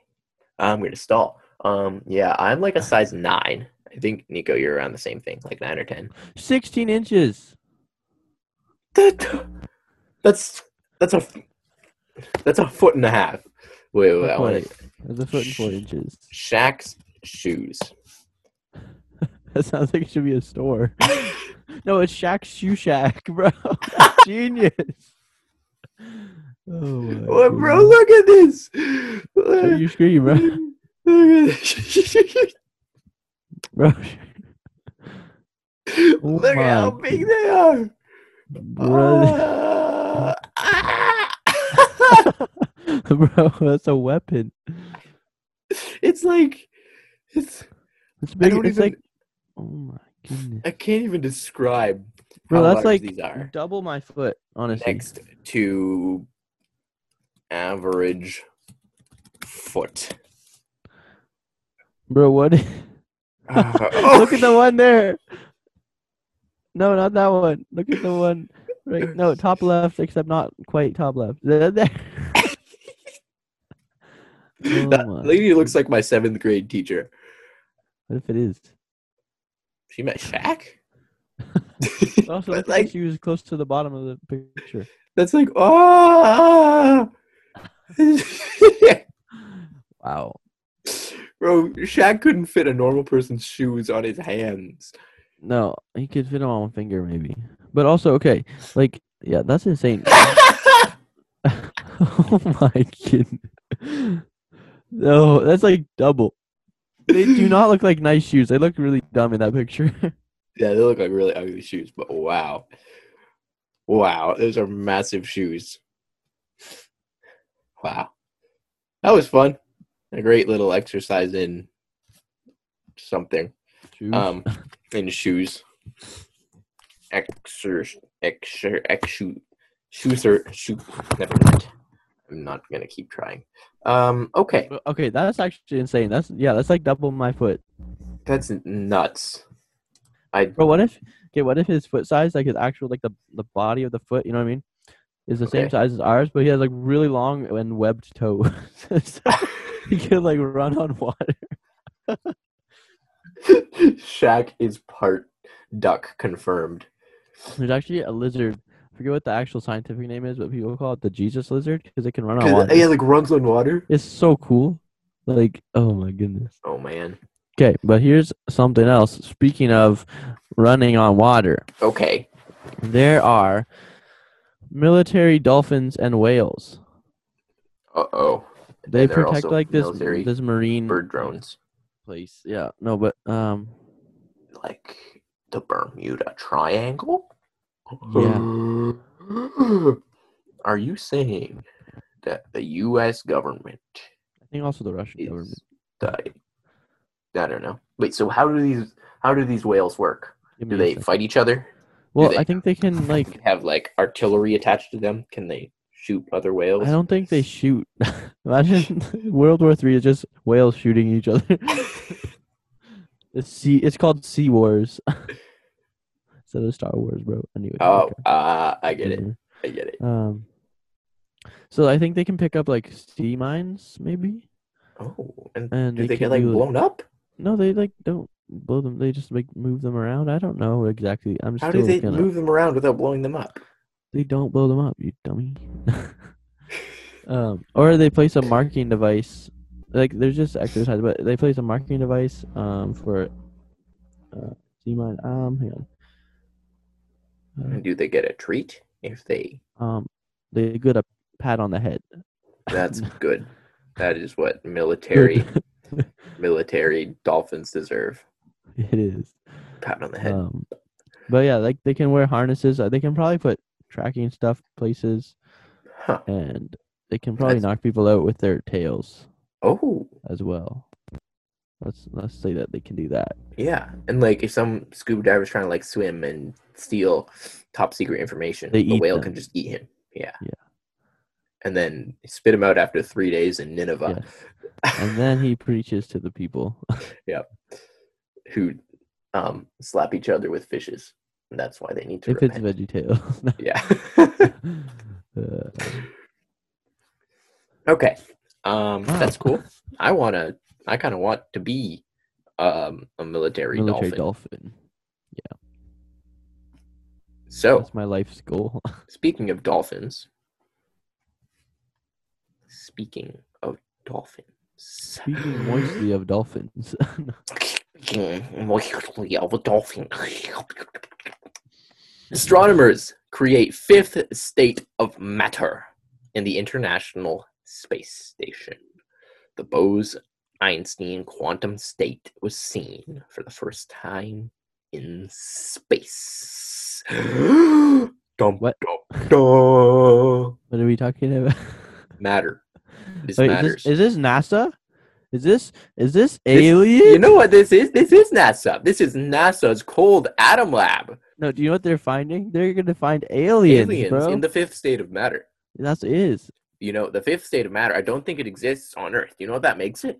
[SPEAKER 2] I'm gonna stall. Um yeah, I'm like a size nine. I think Nico, you're around the same thing, like nine or ten.
[SPEAKER 1] 16 inches.
[SPEAKER 2] That, that's that's a f- that's a foot and a half. Wait, wait, I
[SPEAKER 1] That's
[SPEAKER 2] want
[SPEAKER 1] like-
[SPEAKER 2] to
[SPEAKER 1] That's a foot and four inches.
[SPEAKER 2] Shaq's shoes.
[SPEAKER 1] That sounds like it should be a store. no, it's Shaq Shoe Shack, bro. Genius. Oh, my
[SPEAKER 2] What, bro?
[SPEAKER 1] goodness.
[SPEAKER 2] Look at
[SPEAKER 1] Show
[SPEAKER 2] this. Look
[SPEAKER 1] your screen, bro.
[SPEAKER 2] at this.
[SPEAKER 1] bro.
[SPEAKER 2] Look at how
[SPEAKER 1] Oh my
[SPEAKER 2] big they are.
[SPEAKER 1] bro.
[SPEAKER 2] Ah. Ah.
[SPEAKER 1] Oh. bro, that's a weapon.
[SPEAKER 2] it's like it's.
[SPEAKER 1] It's big.
[SPEAKER 2] don't
[SPEAKER 1] It's
[SPEAKER 2] even-
[SPEAKER 1] like, oh my goodness,
[SPEAKER 2] I can't even describe
[SPEAKER 1] bro,
[SPEAKER 2] how
[SPEAKER 1] that's
[SPEAKER 2] large
[SPEAKER 1] like
[SPEAKER 2] these are.
[SPEAKER 1] double my foot, honestly.
[SPEAKER 2] Next to average foot.
[SPEAKER 1] Bro, what?
[SPEAKER 2] Ah.
[SPEAKER 1] Look at the one there. No, not that one. Look at the one. Right, no, top left, except not quite top left. There. there. Oh my
[SPEAKER 2] that lady looks like my seventh grade teacher.
[SPEAKER 1] What if it is?
[SPEAKER 2] She met Shaq.
[SPEAKER 1] It also
[SPEAKER 2] But,
[SPEAKER 1] looks like
[SPEAKER 2] like-
[SPEAKER 1] she was close to the bottom of the picture.
[SPEAKER 2] That's like oh,
[SPEAKER 1] Wow.
[SPEAKER 2] bro. Shaq couldn't fit a normal person's shoes on his hands.
[SPEAKER 1] No, he could fit them on one finger maybe. But also, okay, like, yeah, that's insane. oh my goodness. No, that's like double. They do not look like nice shoes. They look really dumb in that picture.
[SPEAKER 2] Yeah, they look like really ugly shoes, but wow, wow, those are massive shoes. Wow, that was fun. A great little exercise in something.
[SPEAKER 1] Shoes.
[SPEAKER 2] Um, in shoes. Exer, exer, exu, shoeser, shoe. Never mind. I'm not gonna keep trying. Um, okay,
[SPEAKER 1] But, okay, that's actually insane. That's yeah, that's like double my foot.
[SPEAKER 2] that's nuts.
[SPEAKER 1] Bro, what if okay, what if his foot size, like his actual like the the body of the foot, you know what I mean? Is the same
[SPEAKER 2] Okay.
[SPEAKER 1] size as ours, but he has like really long and webbed toes. so he could like run on water.
[SPEAKER 2] Shaq is part duck confirmed.
[SPEAKER 1] There's actually a lizard. I forget what the actual scientific name is, but people call it the Jesus lizard because it can run on
[SPEAKER 2] 'Cause-
[SPEAKER 1] water.
[SPEAKER 2] Yeah, like runs on water.
[SPEAKER 1] It's so cool. Like, oh my goodness.
[SPEAKER 2] Oh man.
[SPEAKER 1] Okay, but here's something else. Speaking of running on water,
[SPEAKER 2] Okay.
[SPEAKER 1] there are military dolphins and whales.
[SPEAKER 2] Uh oh.
[SPEAKER 1] They
[SPEAKER 2] And they're
[SPEAKER 1] protect
[SPEAKER 2] also
[SPEAKER 1] like this
[SPEAKER 2] military
[SPEAKER 1] this marine
[SPEAKER 2] Bird drones,
[SPEAKER 1] place. Yeah, no, but um,
[SPEAKER 2] like the Bermuda Triangle. Are you saying that the U.S. government
[SPEAKER 1] I think also the Russian government.
[SPEAKER 2] is the? I don't know. Wait. So how do these how do these whales work?
[SPEAKER 1] Give
[SPEAKER 2] Do
[SPEAKER 1] me a
[SPEAKER 2] they
[SPEAKER 1] sec.
[SPEAKER 2] fight each other?
[SPEAKER 1] well,
[SPEAKER 2] they-
[SPEAKER 1] I think they can like.
[SPEAKER 2] Have like artillery attached to them? Can they shoot other whales?
[SPEAKER 1] I don't think they shoot. Imagine World War Three is just whales shooting each other. It's sea. It's called Sea Wars. Instead of Star Wars, bro. Anyway.
[SPEAKER 2] Oh,
[SPEAKER 1] okay.
[SPEAKER 2] uh, I get it. I get it.
[SPEAKER 1] Um. So I think they can pick up like sea mines, maybe.
[SPEAKER 2] Oh, and
[SPEAKER 1] And
[SPEAKER 2] do
[SPEAKER 1] they
[SPEAKER 2] they
[SPEAKER 1] can
[SPEAKER 2] get like
[SPEAKER 1] do, like-
[SPEAKER 2] blown up?
[SPEAKER 1] No, they like don't blow them. They just like move them around. I don't know exactly. I'm
[SPEAKER 2] How
[SPEAKER 1] still
[SPEAKER 2] do they
[SPEAKER 1] looking up.
[SPEAKER 2] move them around without blowing them up?
[SPEAKER 1] They don't blow them up, you dummy. um, or they place a marking device. Like there's just exercise, but they place a marking device um for uh sea mine. Um, hang
[SPEAKER 2] And
[SPEAKER 1] on.
[SPEAKER 2] do they get a treat if they?
[SPEAKER 1] Uh, Um, they get a pat on the head.
[SPEAKER 2] That's good. That is what military
[SPEAKER 1] Good.
[SPEAKER 2] military dolphins deserve.
[SPEAKER 1] it is.
[SPEAKER 2] Pat on the head.
[SPEAKER 1] Um, but yeah, like they can wear harnesses. Uh, They can probably put tracking stuff places,
[SPEAKER 2] Huh.
[SPEAKER 1] and they can probably
[SPEAKER 2] That's-
[SPEAKER 1] knock people out with their tails.
[SPEAKER 2] Oh,
[SPEAKER 1] as well. Let's let's say that they can do that.
[SPEAKER 2] yeah. And like if some scuba diver's trying to like swim and steal top secret information,
[SPEAKER 1] They
[SPEAKER 2] the
[SPEAKER 1] eat
[SPEAKER 2] whale
[SPEAKER 1] them.
[SPEAKER 2] can just eat him. Yeah.
[SPEAKER 1] Yeah.
[SPEAKER 2] And then spit him out after three days in Nineveh,
[SPEAKER 1] And then he preaches to the people.
[SPEAKER 2] who um, slap each other with fishes. And that's why they need to
[SPEAKER 1] if it's
[SPEAKER 2] repent.
[SPEAKER 1] Veggie Tales.
[SPEAKER 2] yeah.
[SPEAKER 1] Uh,
[SPEAKER 2] Okay. Um,
[SPEAKER 1] Wow.
[SPEAKER 2] that's cool. I wanna. I kind of want to be um, a military,
[SPEAKER 1] military
[SPEAKER 2] dolphin.
[SPEAKER 1] dolphin.
[SPEAKER 2] So
[SPEAKER 1] That's my life's goal.
[SPEAKER 2] speaking of dolphins, speaking of dolphins,
[SPEAKER 1] Speaking moistly of dolphins.
[SPEAKER 2] speaking moistly of a dolphin. Astronomers create fifth state of matter in the International Space Station. The Bose-Einstein quantum state was seen for the first time in space. dum,
[SPEAKER 1] What?
[SPEAKER 2] Dum, dum.
[SPEAKER 1] what are we talking about?
[SPEAKER 2] Matter. This
[SPEAKER 1] Wait, is,
[SPEAKER 2] matters.
[SPEAKER 1] this, is this NASA? Is this is this
[SPEAKER 2] This-
[SPEAKER 1] alien?
[SPEAKER 2] you know what this is? This is NASA. This is NASA's cold atom lab.
[SPEAKER 1] No, do you know what they're finding? They're gonna find aliens,
[SPEAKER 2] aliens
[SPEAKER 1] bro.
[SPEAKER 2] in the fifth state of matter.
[SPEAKER 1] That's it is
[SPEAKER 2] You know, the fifth state of matter, I don't think it exists on Earth. You know what that makes it?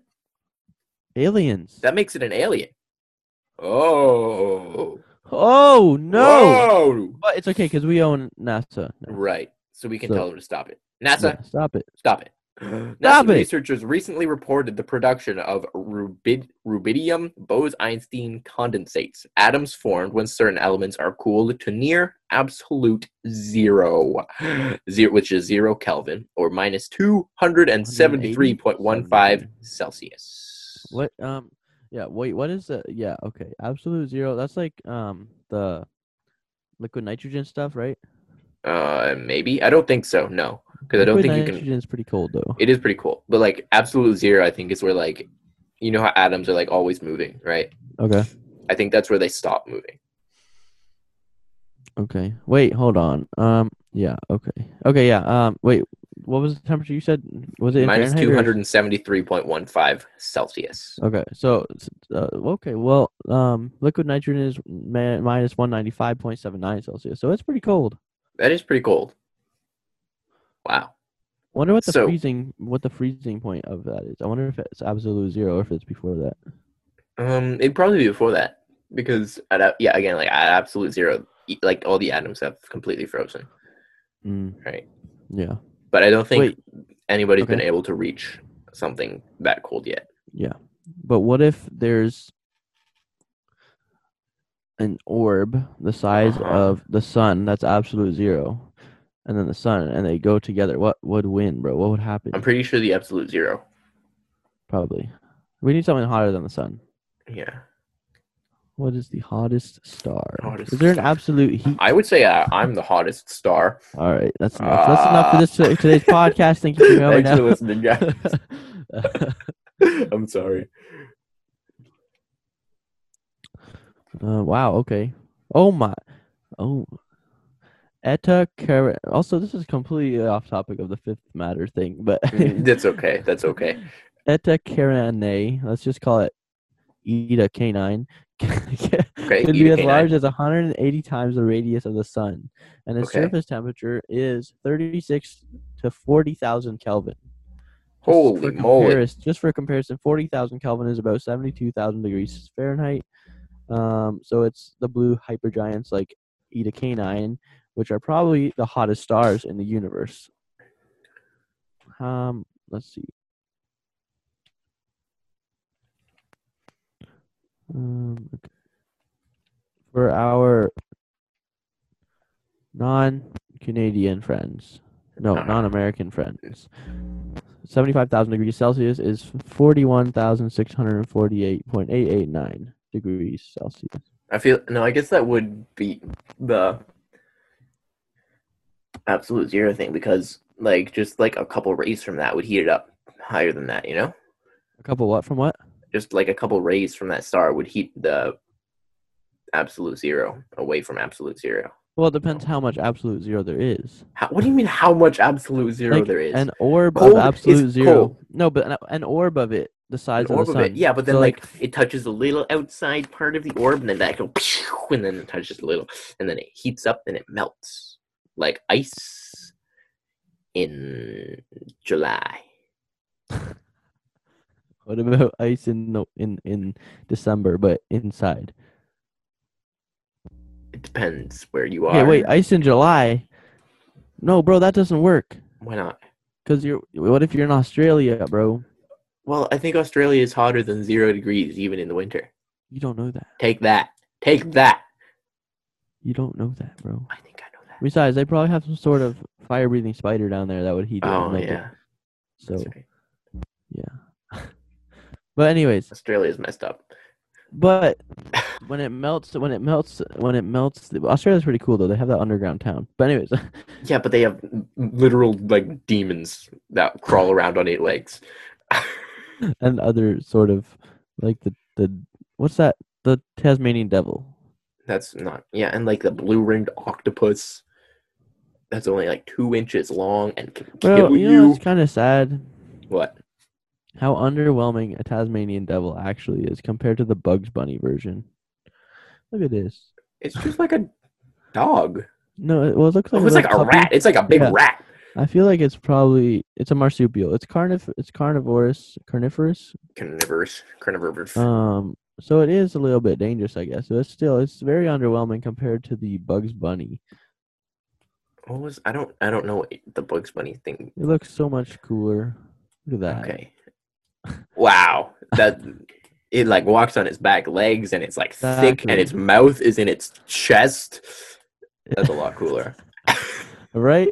[SPEAKER 1] aliens.
[SPEAKER 2] That makes it an alien. Oh.
[SPEAKER 1] oh no!
[SPEAKER 2] Whoa.
[SPEAKER 1] But it's okay because we own NASA. No,
[SPEAKER 2] Right. So we can
[SPEAKER 1] So-
[SPEAKER 2] tell them to stop it. NASA,
[SPEAKER 1] yeah, stop it.
[SPEAKER 2] stop it.
[SPEAKER 1] Stop
[SPEAKER 2] NASA
[SPEAKER 1] it.
[SPEAKER 2] researchers recently reported the production of rubid- rubidium Bose-Einstein condensates, atoms formed when certain elements are cooled to near absolute zero, zero which is zero Kelvin, or minus 273.15 Celsius.
[SPEAKER 1] What? Um. Yeah. Wait. What is the? Yeah. Okay. Absolute zero. That's like um the liquid nitrogen stuff, right?
[SPEAKER 2] Uh, maybe? I don't think so, no. Because I don't
[SPEAKER 1] liquid
[SPEAKER 2] think you
[SPEAKER 1] nitrogen
[SPEAKER 2] can...
[SPEAKER 1] is pretty cold though.
[SPEAKER 2] It is pretty cool. But, like, absolute zero, I think, is where, like... You know how atoms are, like, always moving, right?
[SPEAKER 1] Okay.
[SPEAKER 2] I think that's where they stop moving.
[SPEAKER 1] Okay. Wait. Hold on. Um. Yeah. Okay. Okay. Yeah. Um. Wait. What was the temperature you said? Was it in
[SPEAKER 2] minus
[SPEAKER 1] Fahrenheit or-
[SPEAKER 2] 273.15 Celsius.
[SPEAKER 1] Okay, so s- uh, okay, well, um, liquid nitrogen is ma- minus one ninety five point seven nine Celsius, so it's pretty cold.
[SPEAKER 2] That is pretty cold. Wow.
[SPEAKER 1] Wonder what the
[SPEAKER 2] So-
[SPEAKER 1] freezing what the freezing point of that is. I wonder if it's absolute zero or if it's before that.
[SPEAKER 2] Um, it'd probably be before that because at a- yeah, again, like at absolute zero, e- like all the atoms have completely frozen,
[SPEAKER 1] Mm,
[SPEAKER 2] right?
[SPEAKER 1] yeah,
[SPEAKER 2] But I don't think anybody's been
[SPEAKER 1] Okay.
[SPEAKER 2] able to reach something that cold yet.
[SPEAKER 1] yeah, but what if there's an orb the size
[SPEAKER 2] Uh-huh.
[SPEAKER 1] of the sun that's absolute zero, and then the sun, and they go together? What would win, bro? What would happen?
[SPEAKER 2] I'm pretty sure the absolute zero.
[SPEAKER 1] Probably, we need something hotter than the sun.
[SPEAKER 2] Yeah,
[SPEAKER 1] What is the hottest star?
[SPEAKER 2] Hottest
[SPEAKER 1] is there an
[SPEAKER 2] star.
[SPEAKER 1] absolute heat?
[SPEAKER 2] I would say uh, I'm the hottest star.
[SPEAKER 1] All right, that's enough. That's enough for this to- today's podcast. Thank you for coming
[SPEAKER 2] Ah. Thanks for
[SPEAKER 1] out.
[SPEAKER 2] listening, guys. I'm sorry.
[SPEAKER 1] uh, wow. Okay. Oh my. Oh. Eta Karen. Also, this is completely off topic of the fifth matter thing, but
[SPEAKER 2] Mm-hmm. That's okay. That's okay.
[SPEAKER 1] Eta Carinae. Let's just call it Eta Canine.
[SPEAKER 2] Okay,
[SPEAKER 1] can be
[SPEAKER 2] Eta
[SPEAKER 1] as
[SPEAKER 2] Canine.
[SPEAKER 1] large as 180 times the radius of the sun, and its
[SPEAKER 2] Okay.
[SPEAKER 1] surface temperature is 36 to 40,000 Kelvin. Just
[SPEAKER 2] Holy
[SPEAKER 1] for
[SPEAKER 2] moly.
[SPEAKER 1] comparis- Just for comparison, 40,000 Kelvin is about 72,000 degrees Fahrenheit. Um, so it's the blue hypergiants like Eta Canine, which are probably the hottest stars in the universe. Um, let's see. Um, okay. For our non-Canadian friends, no,
[SPEAKER 2] Uh-huh.
[SPEAKER 1] non-American friends, seventy-five thousand degrees Celsius is forty-one thousand six hundred forty-eight point eight eight nine degrees Celsius.
[SPEAKER 2] I feel no. I guess that would be the absolute zero thing because, like, just like a couple rays from that would heat it up higher than that. You know,
[SPEAKER 1] A couple what from what?
[SPEAKER 2] just like a couple rays from that star would heat the absolute zero away from absolute zero.
[SPEAKER 1] Well, it depends how much absolute zero there is.
[SPEAKER 2] How, what do you mean? How much absolute zero
[SPEAKER 1] Like,
[SPEAKER 2] there is?
[SPEAKER 1] An orb
[SPEAKER 2] Cold
[SPEAKER 1] of
[SPEAKER 2] is
[SPEAKER 1] absolute zero.
[SPEAKER 2] cold.
[SPEAKER 1] No, but an, an orb of it, the size
[SPEAKER 2] An orb
[SPEAKER 1] of
[SPEAKER 2] of
[SPEAKER 1] the sun.
[SPEAKER 2] it, yeah. But then
[SPEAKER 1] So,
[SPEAKER 2] like, it touches a little outside part of the orb, and then that goes, pew, and then it touches a little, and then it heats up and it melts like ice in July.
[SPEAKER 1] What about ice in no, in in December, but inside?
[SPEAKER 2] It depends where you are.
[SPEAKER 1] Okay, wait, ice in July. No, bro, that doesn't work.
[SPEAKER 2] Why not?
[SPEAKER 1] Cause you're. What if you're in Australia, bro?
[SPEAKER 2] Well, I think Australia is hotter than zero degrees even in the winter.
[SPEAKER 1] You don't know that.
[SPEAKER 2] Take that. Take that.
[SPEAKER 1] You don't know that, bro.
[SPEAKER 2] I think I know that.
[SPEAKER 1] Besides, they probably have some sort of fire-breathing spider down there that would heat it. and
[SPEAKER 2] Oh
[SPEAKER 1] melt it.
[SPEAKER 2] yeah.
[SPEAKER 1] So,
[SPEAKER 2] That's right.
[SPEAKER 1] but anyways,
[SPEAKER 2] Australia's messed up.
[SPEAKER 1] but when it melts, when it melts, when it melts, Australia's pretty cool though. They have that underground town. But anyways,
[SPEAKER 2] Yeah, but they have literal like demons that crawl around on eight legs.
[SPEAKER 1] and other sort of like the the what's that? The Tasmanian devil.
[SPEAKER 2] That's not yeah, and like the blue ringed octopus. That's only like two inches long and can
[SPEAKER 1] Well,
[SPEAKER 2] kill
[SPEAKER 1] you
[SPEAKER 2] you.
[SPEAKER 1] know, it's kind of sad
[SPEAKER 2] What?
[SPEAKER 1] how underwhelming a Tasmanian devil actually is compared to the Bugs Bunny version. Look at this.
[SPEAKER 2] It's just like a dog.
[SPEAKER 1] No, it, well, it looks like
[SPEAKER 2] Oh, it's
[SPEAKER 1] little
[SPEAKER 2] like a
[SPEAKER 1] puppy.
[SPEAKER 2] rat. It's like a big
[SPEAKER 1] Yeah.
[SPEAKER 2] rat.
[SPEAKER 1] I feel like it's probably it's a marsupial. It's carnif it's carnivorous, carnivorous.
[SPEAKER 2] Carnivorous, carnivorous.
[SPEAKER 1] Um, so it is a little bit dangerous, I guess. But it's still, it's very underwhelming compared to the Bugs Bunny.
[SPEAKER 2] what was I don't I don't know what the Bugs Bunny thing.
[SPEAKER 1] It looks so much cooler. Look at that.
[SPEAKER 2] Okay. Wow, that it like walks on its back legs and it's like thick and
[SPEAKER 1] Exactly.
[SPEAKER 2] its mouth is in its chest. That's a lot cooler.
[SPEAKER 1] Right?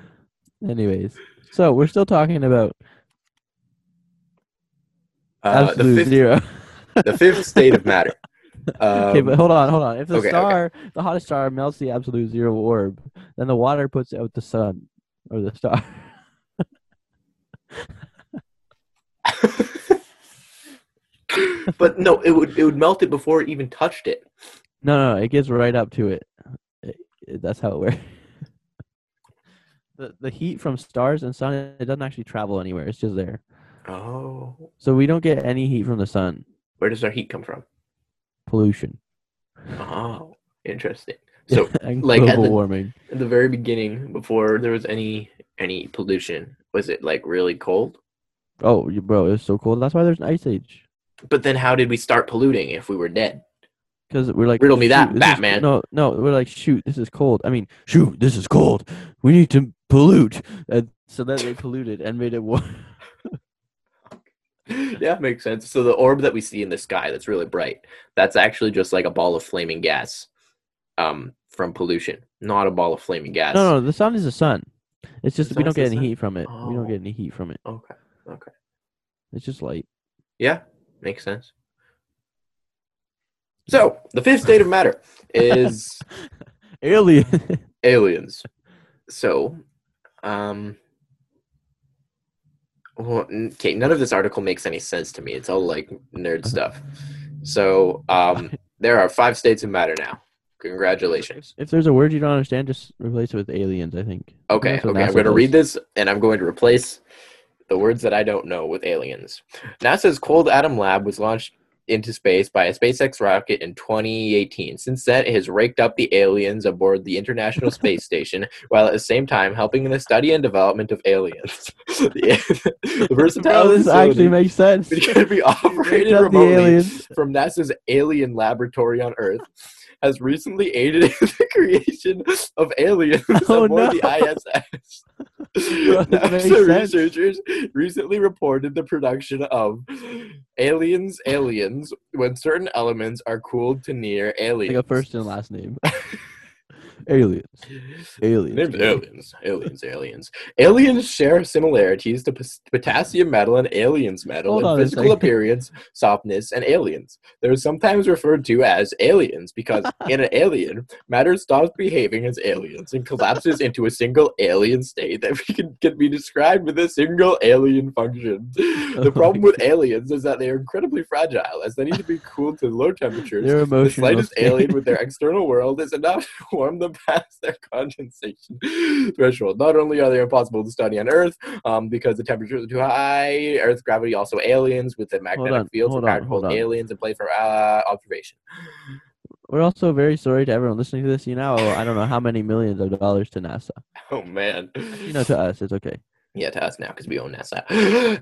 [SPEAKER 1] Anyways, so we're still talking about
[SPEAKER 2] Uh, the
[SPEAKER 1] absolute
[SPEAKER 2] fifth,
[SPEAKER 1] zero.
[SPEAKER 2] the fifth state of matter.
[SPEAKER 1] okay, but
[SPEAKER 2] Um,
[SPEAKER 1] hold on, hold on. If the
[SPEAKER 2] okay, okay.
[SPEAKER 1] star, the hottest star, melts the absolute zero orb, then the water puts out the sun or the star.
[SPEAKER 2] but no, it would it would melt it before it even touched it.
[SPEAKER 1] No, no, it gets right up to it. It- it- that's how it works. the the heat from stars and sun it doesn't actually travel anywhere. It's just there.
[SPEAKER 2] Oh,
[SPEAKER 1] So we don't get any heat from the sun.
[SPEAKER 2] where does our heat come from?
[SPEAKER 1] Pollution.
[SPEAKER 2] Oh, interesting. So
[SPEAKER 1] and
[SPEAKER 2] like, at
[SPEAKER 1] global
[SPEAKER 2] the-
[SPEAKER 1] warming.
[SPEAKER 2] at the very beginning, before there was any any pollution, was it like really cold?
[SPEAKER 1] Oh, you- bro, it was so cold. That's why there's an ice age.
[SPEAKER 2] But then how did we start polluting if we were dead?
[SPEAKER 1] Because we're like,
[SPEAKER 2] Riddle me that,
[SPEAKER 1] "Shoot, this is-
[SPEAKER 2] Batman."
[SPEAKER 1] no, no, we're like, shoot, this is cold. I mean, shoot, this is cold. We need to pollute. And so then they polluted and made it warm.
[SPEAKER 2] yeah, makes sense. So the orb that we see in the sky that's really bright, that's actually just like a ball of flaming gas um from pollution, not a ball of flaming gas.
[SPEAKER 1] No, no, the sun is the sun. It's just we
[SPEAKER 2] sun's
[SPEAKER 1] don't get
[SPEAKER 2] the
[SPEAKER 1] any
[SPEAKER 2] sun?
[SPEAKER 1] heat from it. We don't
[SPEAKER 2] Oh.
[SPEAKER 1] get any heat from it.
[SPEAKER 2] Okay. Okay.
[SPEAKER 1] It's just light.
[SPEAKER 2] Yeah, makes sense. So, the fifth state of matter is
[SPEAKER 1] Alien.
[SPEAKER 2] aliens. So, um well, okay, none of this article makes any sense to me. It's all like nerd stuff. So, um there are five states of matter now. Congratulations.
[SPEAKER 1] if there's a word you don't understand, just replace it with aliens. I think.
[SPEAKER 2] Okay,
[SPEAKER 1] That's what
[SPEAKER 2] okay, I'm
[SPEAKER 1] NASA
[SPEAKER 2] going to
[SPEAKER 1] does.
[SPEAKER 2] read this and I'm going to replace the words that I don't know with aliens. NASA's Cold Atom Lab was launched into space by a SpaceX rocket in 2018. Since then, it has raked up the aliens aboard the International Space Station while at the same time helping in the study and development of aliens. the, the versatile
[SPEAKER 1] Bro, Oh, this actually
[SPEAKER 2] facility-
[SPEAKER 1] makes sense.
[SPEAKER 2] which can be operated
[SPEAKER 1] up the
[SPEAKER 2] remotely
[SPEAKER 1] aliens.
[SPEAKER 2] from NASA's alien laboratory on Earth, has recently aided in the creation of aliens
[SPEAKER 1] Oh,
[SPEAKER 2] aboard
[SPEAKER 1] no.
[SPEAKER 2] the ISS.
[SPEAKER 1] that makes
[SPEAKER 2] NASA
[SPEAKER 1] sense.
[SPEAKER 2] researchers recently reported the production of aliens, aliens, when certain elements are cooled to near aliens.
[SPEAKER 1] Like a first and last name. aliens. Aliens.
[SPEAKER 2] Names aliens, aliens, aliens. Aliens share similarities to pos- potassium metal and aliens metal
[SPEAKER 1] Hold
[SPEAKER 2] in
[SPEAKER 1] on a
[SPEAKER 2] physical
[SPEAKER 1] second.
[SPEAKER 2] appearance, softness, and aliens. They're sometimes referred to as aliens because in an alien, matter stops behaving as aliens and collapses into a single alien state that we can, can be described with a single alien function. The
[SPEAKER 1] Oh my
[SPEAKER 2] problem with aliens is that they are incredibly fragile as they need to be cooled to low temperatures
[SPEAKER 1] Their
[SPEAKER 2] the
[SPEAKER 1] emotional.
[SPEAKER 2] slightest
[SPEAKER 1] state.
[SPEAKER 2] alien with their external world is enough to warm them past their condensation threshold. Not only are they impossible to study on Earth um, because the temperatures are too high, Earth's gravity also aliens with the magnetic
[SPEAKER 1] on,
[SPEAKER 2] fields
[SPEAKER 1] hold
[SPEAKER 2] are
[SPEAKER 1] on,
[SPEAKER 2] powered to hold
[SPEAKER 1] hold on.
[SPEAKER 2] aliens in play for uh, observation.
[SPEAKER 1] We're also very sorry to everyone listening to this. You know, I don't know how many millions of dollars to NASA.
[SPEAKER 2] Oh man.
[SPEAKER 1] You know, to us, it's okay.
[SPEAKER 2] Yeah, to us now because we own NASA.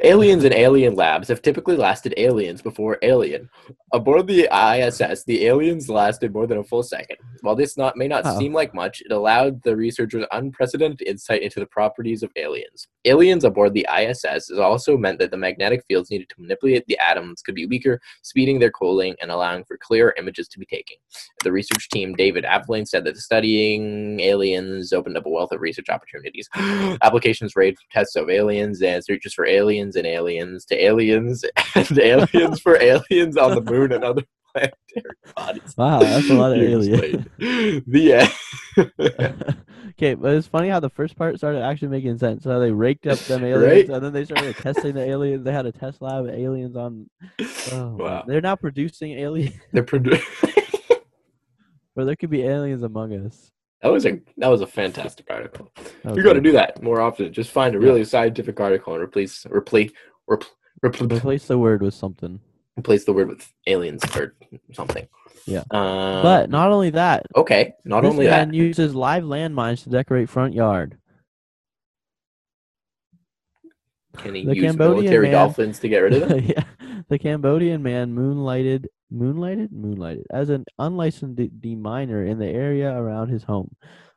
[SPEAKER 2] aliens and alien labs have typically lasted aliens before alien. Aboard the ISS, the aliens lasted more than a full second. While this not may not
[SPEAKER 1] Wow.
[SPEAKER 2] seem like much, it allowed the researchers unprecedented insight into the properties of aliens. Aliens aboard the ISS has also meant that the magnetic fields needed to manipulate the atoms could be weaker, speeding their cooling and allowing for clearer images to be taken. The research team, David Aplin, said that studying aliens opened up a wealth of research opportunities. Applications range from tests of aliens and searches for aliens and aliens to aliens and aliens for aliens on the moon and other planetary bodies.
[SPEAKER 1] Wow, Ah, that's a lot of
[SPEAKER 2] You
[SPEAKER 1] aliens.
[SPEAKER 2] explained. the uh, end.
[SPEAKER 1] okay, but it's funny how the first part started actually making sense. How they raked up them aliens, and then they started like, testing the aliens. They had a test lab of aliens on. Oh, man.
[SPEAKER 2] Wow.
[SPEAKER 1] They're now producing aliens,
[SPEAKER 2] The produ-
[SPEAKER 1] or there could be aliens among us.
[SPEAKER 2] that was a that was a fantastic article.
[SPEAKER 1] That
[SPEAKER 2] You're
[SPEAKER 1] was
[SPEAKER 2] going to
[SPEAKER 1] good.
[SPEAKER 2] do that more often. Just find a
[SPEAKER 1] Yeah.
[SPEAKER 2] really scientific article and replace replace repl- repl-
[SPEAKER 1] replace the word with something.
[SPEAKER 2] replace the word with aliens or something.
[SPEAKER 1] Yeah.
[SPEAKER 2] Um,
[SPEAKER 1] but not only that,
[SPEAKER 2] okay, not
[SPEAKER 1] this
[SPEAKER 2] only
[SPEAKER 1] man
[SPEAKER 2] that.
[SPEAKER 1] uses live landmines to decorate front yard.
[SPEAKER 2] Can he
[SPEAKER 1] The
[SPEAKER 2] use
[SPEAKER 1] Cambodian
[SPEAKER 2] military
[SPEAKER 1] man-
[SPEAKER 2] dolphins to get rid of them?
[SPEAKER 1] yeah, the Cambodian man moonlighted, moonlighted, moonlighted as an unlicensed de- de- miner in the area around his home.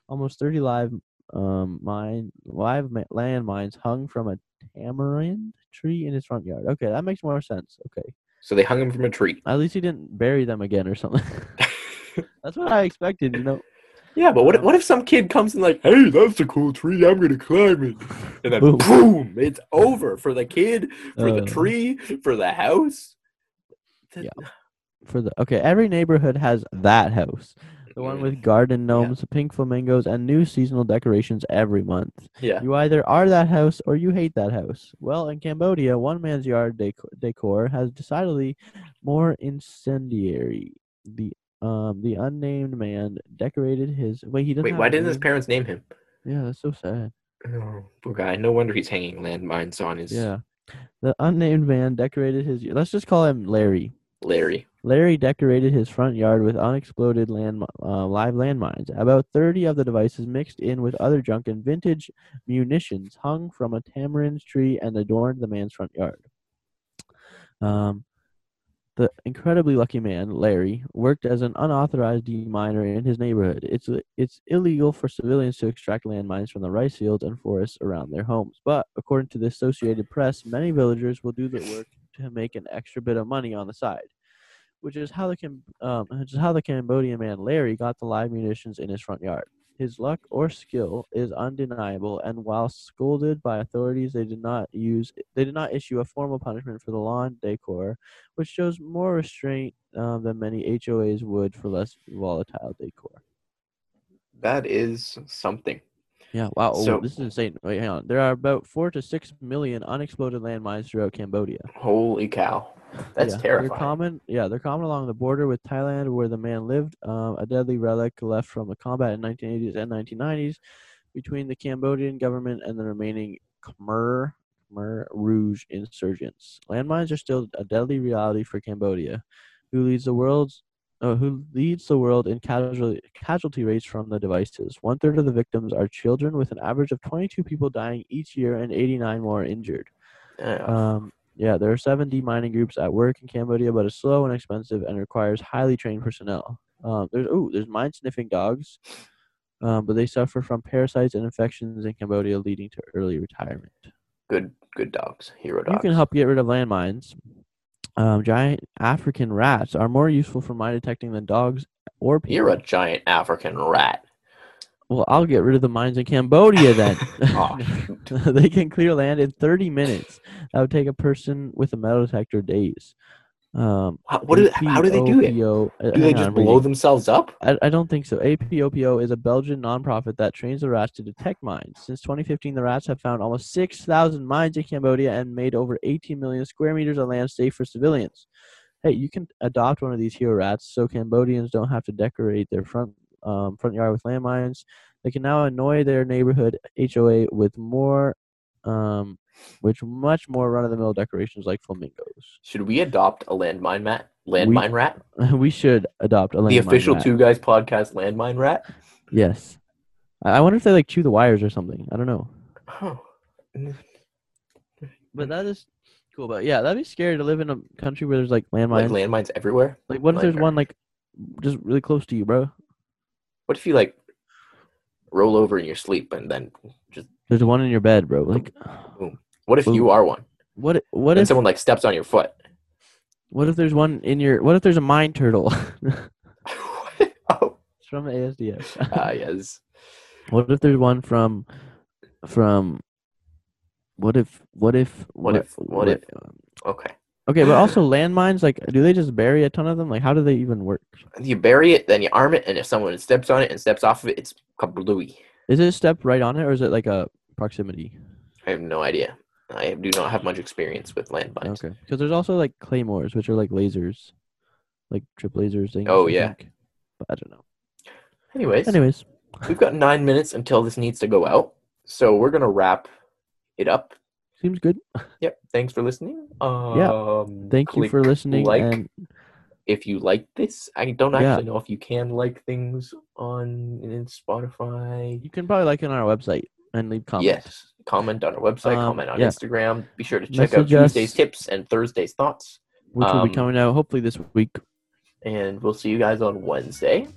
[SPEAKER 1] Almost 30 live um mine live ma- landmines hung from a tamarind tree in his front yard. Okay, that makes more sense. Okay,
[SPEAKER 2] so they hung him from a tree.
[SPEAKER 1] at least he didn't bury them again or something. That's what I expected. You know,
[SPEAKER 2] yeah, but what, what if some kid comes and like, hey, that's a cool tree. I'm gonna climb it, and then
[SPEAKER 1] Boom.
[SPEAKER 2] boom, it's over for the kid, for the
[SPEAKER 1] Uh.
[SPEAKER 2] tree, for the house. Th-
[SPEAKER 1] Yeah. for the okay, every neighborhood has that house. The one
[SPEAKER 2] Mm,
[SPEAKER 1] with garden gnomes, pink flamingos, and new seasonal decorations every month.
[SPEAKER 2] yeah.
[SPEAKER 1] You either are that house or you hate that house. Well, in Cambodia, one man's yard decor, decor has decidedly more incendiary. The um the unnamed man decorated his wait he doesn't
[SPEAKER 2] Wait,
[SPEAKER 1] have
[SPEAKER 2] why
[SPEAKER 1] a
[SPEAKER 2] didn't his
[SPEAKER 1] name.
[SPEAKER 2] parents name him?
[SPEAKER 1] yeah that's so sad
[SPEAKER 2] Oh, poor guy. No wonder he's hanging landmines on his
[SPEAKER 1] yeah the unnamed man decorated his let's just call him Larry
[SPEAKER 2] Larry.
[SPEAKER 1] Larry decorated his front yard with unexploded land, uh, live landmines. About 30 of the devices mixed in with other junk and vintage munitions hung from a tamarind tree and adorned the man's front yard. Um, the incredibly lucky man, Larry, worked as an unauthorized miner in his neighborhood. It's, it's illegal for civilians to extract landmines from the rice fields and forests around their homes. But according to the Associated Press, many villagers will do the work to make an extra bit of money on the side which is how the Cam- um, which is how the Cambodian man Larry got the live munitions in his front yard. His luck or skill is undeniable, and while scolded by authorities, they did not use they did not issue a formal punishment for the lawn decor, which shows more restraint um, than many HOAs would for less volatile decor.
[SPEAKER 2] That is something.
[SPEAKER 1] Yeah, wow, oh,
[SPEAKER 2] So-
[SPEAKER 1] this is insane. Wait, hang on. There are about four to six million unexploded landmines throughout Cambodia.
[SPEAKER 2] Holy cow. That's
[SPEAKER 1] yeah, They're
[SPEAKER 2] terrifying.
[SPEAKER 1] common, yeah, they're common along the border with Thailand, where the man lived. Um, a deadly relic left from the combat in 1980s and 1990s between the Cambodian government and the remaining Khmer Khmer Rouge insurgents. Landmines are still a deadly reality for Cambodia, who leads the world's uh, who leads the world in casualty, casualty rates from the devices. One third of the victims are children, with an average of 22 people dying each year and 89 more injured.
[SPEAKER 2] Yeah.
[SPEAKER 1] Um, yeah, there are seven D mining groups at work in Cambodia, but it's slow and expensive and requires highly trained personnel. Um, there's ooh, there's mine sniffing dogs, um, but they suffer from parasites and infections in Cambodia, leading to early retirement.
[SPEAKER 2] good good dogs. Hero dogs.
[SPEAKER 1] You can help get rid of landmines. Um, giant African rats are more useful for mine detecting than dogs or people.
[SPEAKER 2] You're a giant African rat.
[SPEAKER 1] Well, I'll get rid of the mines in Cambodia then.
[SPEAKER 2] Aw,
[SPEAKER 1] they can clear land in 30 minutes. That would take a person with a metal detector days. Um,
[SPEAKER 2] How, what do, how do they do it?
[SPEAKER 1] APOPO uh,
[SPEAKER 2] Do they
[SPEAKER 1] hang
[SPEAKER 2] just
[SPEAKER 1] on,
[SPEAKER 2] blow
[SPEAKER 1] reading.
[SPEAKER 2] themselves up?
[SPEAKER 1] I, I don't think so. APOPO is a Belgian nonprofit that trains the rats to detect mines. Since 2015, the rats have found almost 6,000 mines in Cambodia and made over 18 million square meters of land safe for civilians. Hey, you can adopt one of these hero rats so Cambodians don't have to decorate their front uh, um, front yard with landmines. They can now annoy their neighborhood HOA with more, um, which much more run of the mill decorations like flamingos.
[SPEAKER 2] Should we adopt a landmine rat? Landmine rat?
[SPEAKER 1] we should adopt a landmine.
[SPEAKER 2] The official
[SPEAKER 1] rat.
[SPEAKER 2] Two Guys podcast landmine rat?
[SPEAKER 1] Yes. I I wonder if they like chew the wires or something. I don't know.
[SPEAKER 2] Oh.
[SPEAKER 1] But that is cool. But yeah, that'd be scary to live in a country where there's like
[SPEAKER 2] Like
[SPEAKER 1] landmines. Like,
[SPEAKER 2] landmines everywhere?
[SPEAKER 1] what if there's
[SPEAKER 2] nightmare.
[SPEAKER 1] one like just really close to you, bro?
[SPEAKER 2] What if you like roll over in your sleep and then just
[SPEAKER 1] There's one in your bed, bro. Like,
[SPEAKER 2] what if you
[SPEAKER 1] Ooh.
[SPEAKER 2] are one?
[SPEAKER 1] what? What
[SPEAKER 2] and
[SPEAKER 1] if?
[SPEAKER 2] someone like steps on your foot?
[SPEAKER 1] What if there's one in your? What if there's a mine turtle?
[SPEAKER 2] oh,
[SPEAKER 1] it's from ASDS.
[SPEAKER 2] ah, yes.
[SPEAKER 1] what if there's one from, from? What if? What if?
[SPEAKER 2] What if- what if- Okay.
[SPEAKER 1] Okay, but also landmines. Like, do they just bury a ton of them? Like, how do they even work?
[SPEAKER 2] You bury it, then you arm it, and if someone steps on it and steps off of it, it's kablooey.
[SPEAKER 1] Is it stepped right on it, or is it like a proximity?
[SPEAKER 2] I have no idea. I do not have much experience with landmines.
[SPEAKER 1] Okay, because there's also like claymores, which are like lasers, like trip lasers things.
[SPEAKER 2] Oh,
[SPEAKER 1] I
[SPEAKER 2] yeah.
[SPEAKER 1] think. But I don't know.
[SPEAKER 2] Anyways,
[SPEAKER 1] Anyways,
[SPEAKER 2] we've got nine minutes until this needs to go out, so we're gonna wrap it up.
[SPEAKER 1] seems good.
[SPEAKER 2] Yep. Thanks for listening. Um,
[SPEAKER 1] Yeah, Thank you for
[SPEAKER 2] click
[SPEAKER 1] listening.
[SPEAKER 2] like.
[SPEAKER 1] and
[SPEAKER 2] if you like this. I don't
[SPEAKER 1] Yeah.
[SPEAKER 2] actually know if you can like things on in Spotify.
[SPEAKER 1] you can probably like it on our website and leave comments.
[SPEAKER 2] Yes. Comment on our website,
[SPEAKER 1] Um,
[SPEAKER 2] comment on
[SPEAKER 1] yeah.
[SPEAKER 2] Instagram. Be sure to check
[SPEAKER 1] Message
[SPEAKER 2] out
[SPEAKER 1] us.
[SPEAKER 2] Tuesday's tips and Thursday's thoughts.
[SPEAKER 1] which will
[SPEAKER 2] Um,
[SPEAKER 1] be coming out hopefully this week.
[SPEAKER 2] And we'll see you guys on Wednesday.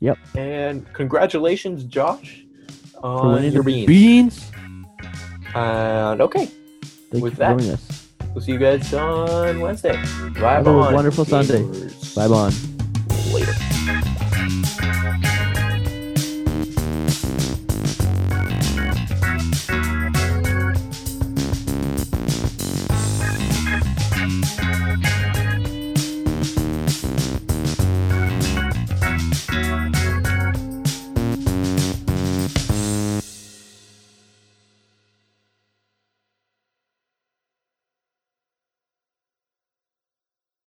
[SPEAKER 1] Yep.
[SPEAKER 2] And congratulations, Josh,
[SPEAKER 1] For
[SPEAKER 2] on
[SPEAKER 1] winning
[SPEAKER 2] your
[SPEAKER 1] the
[SPEAKER 2] beans.
[SPEAKER 1] beans.
[SPEAKER 2] And okay,
[SPEAKER 1] Thank
[SPEAKER 2] With
[SPEAKER 1] you for
[SPEAKER 2] that,
[SPEAKER 1] joining us.
[SPEAKER 2] we'll see you guys on Wednesday. Bye,
[SPEAKER 1] Have a
[SPEAKER 2] bye.
[SPEAKER 1] wonderful Sunday. Bye, Bon.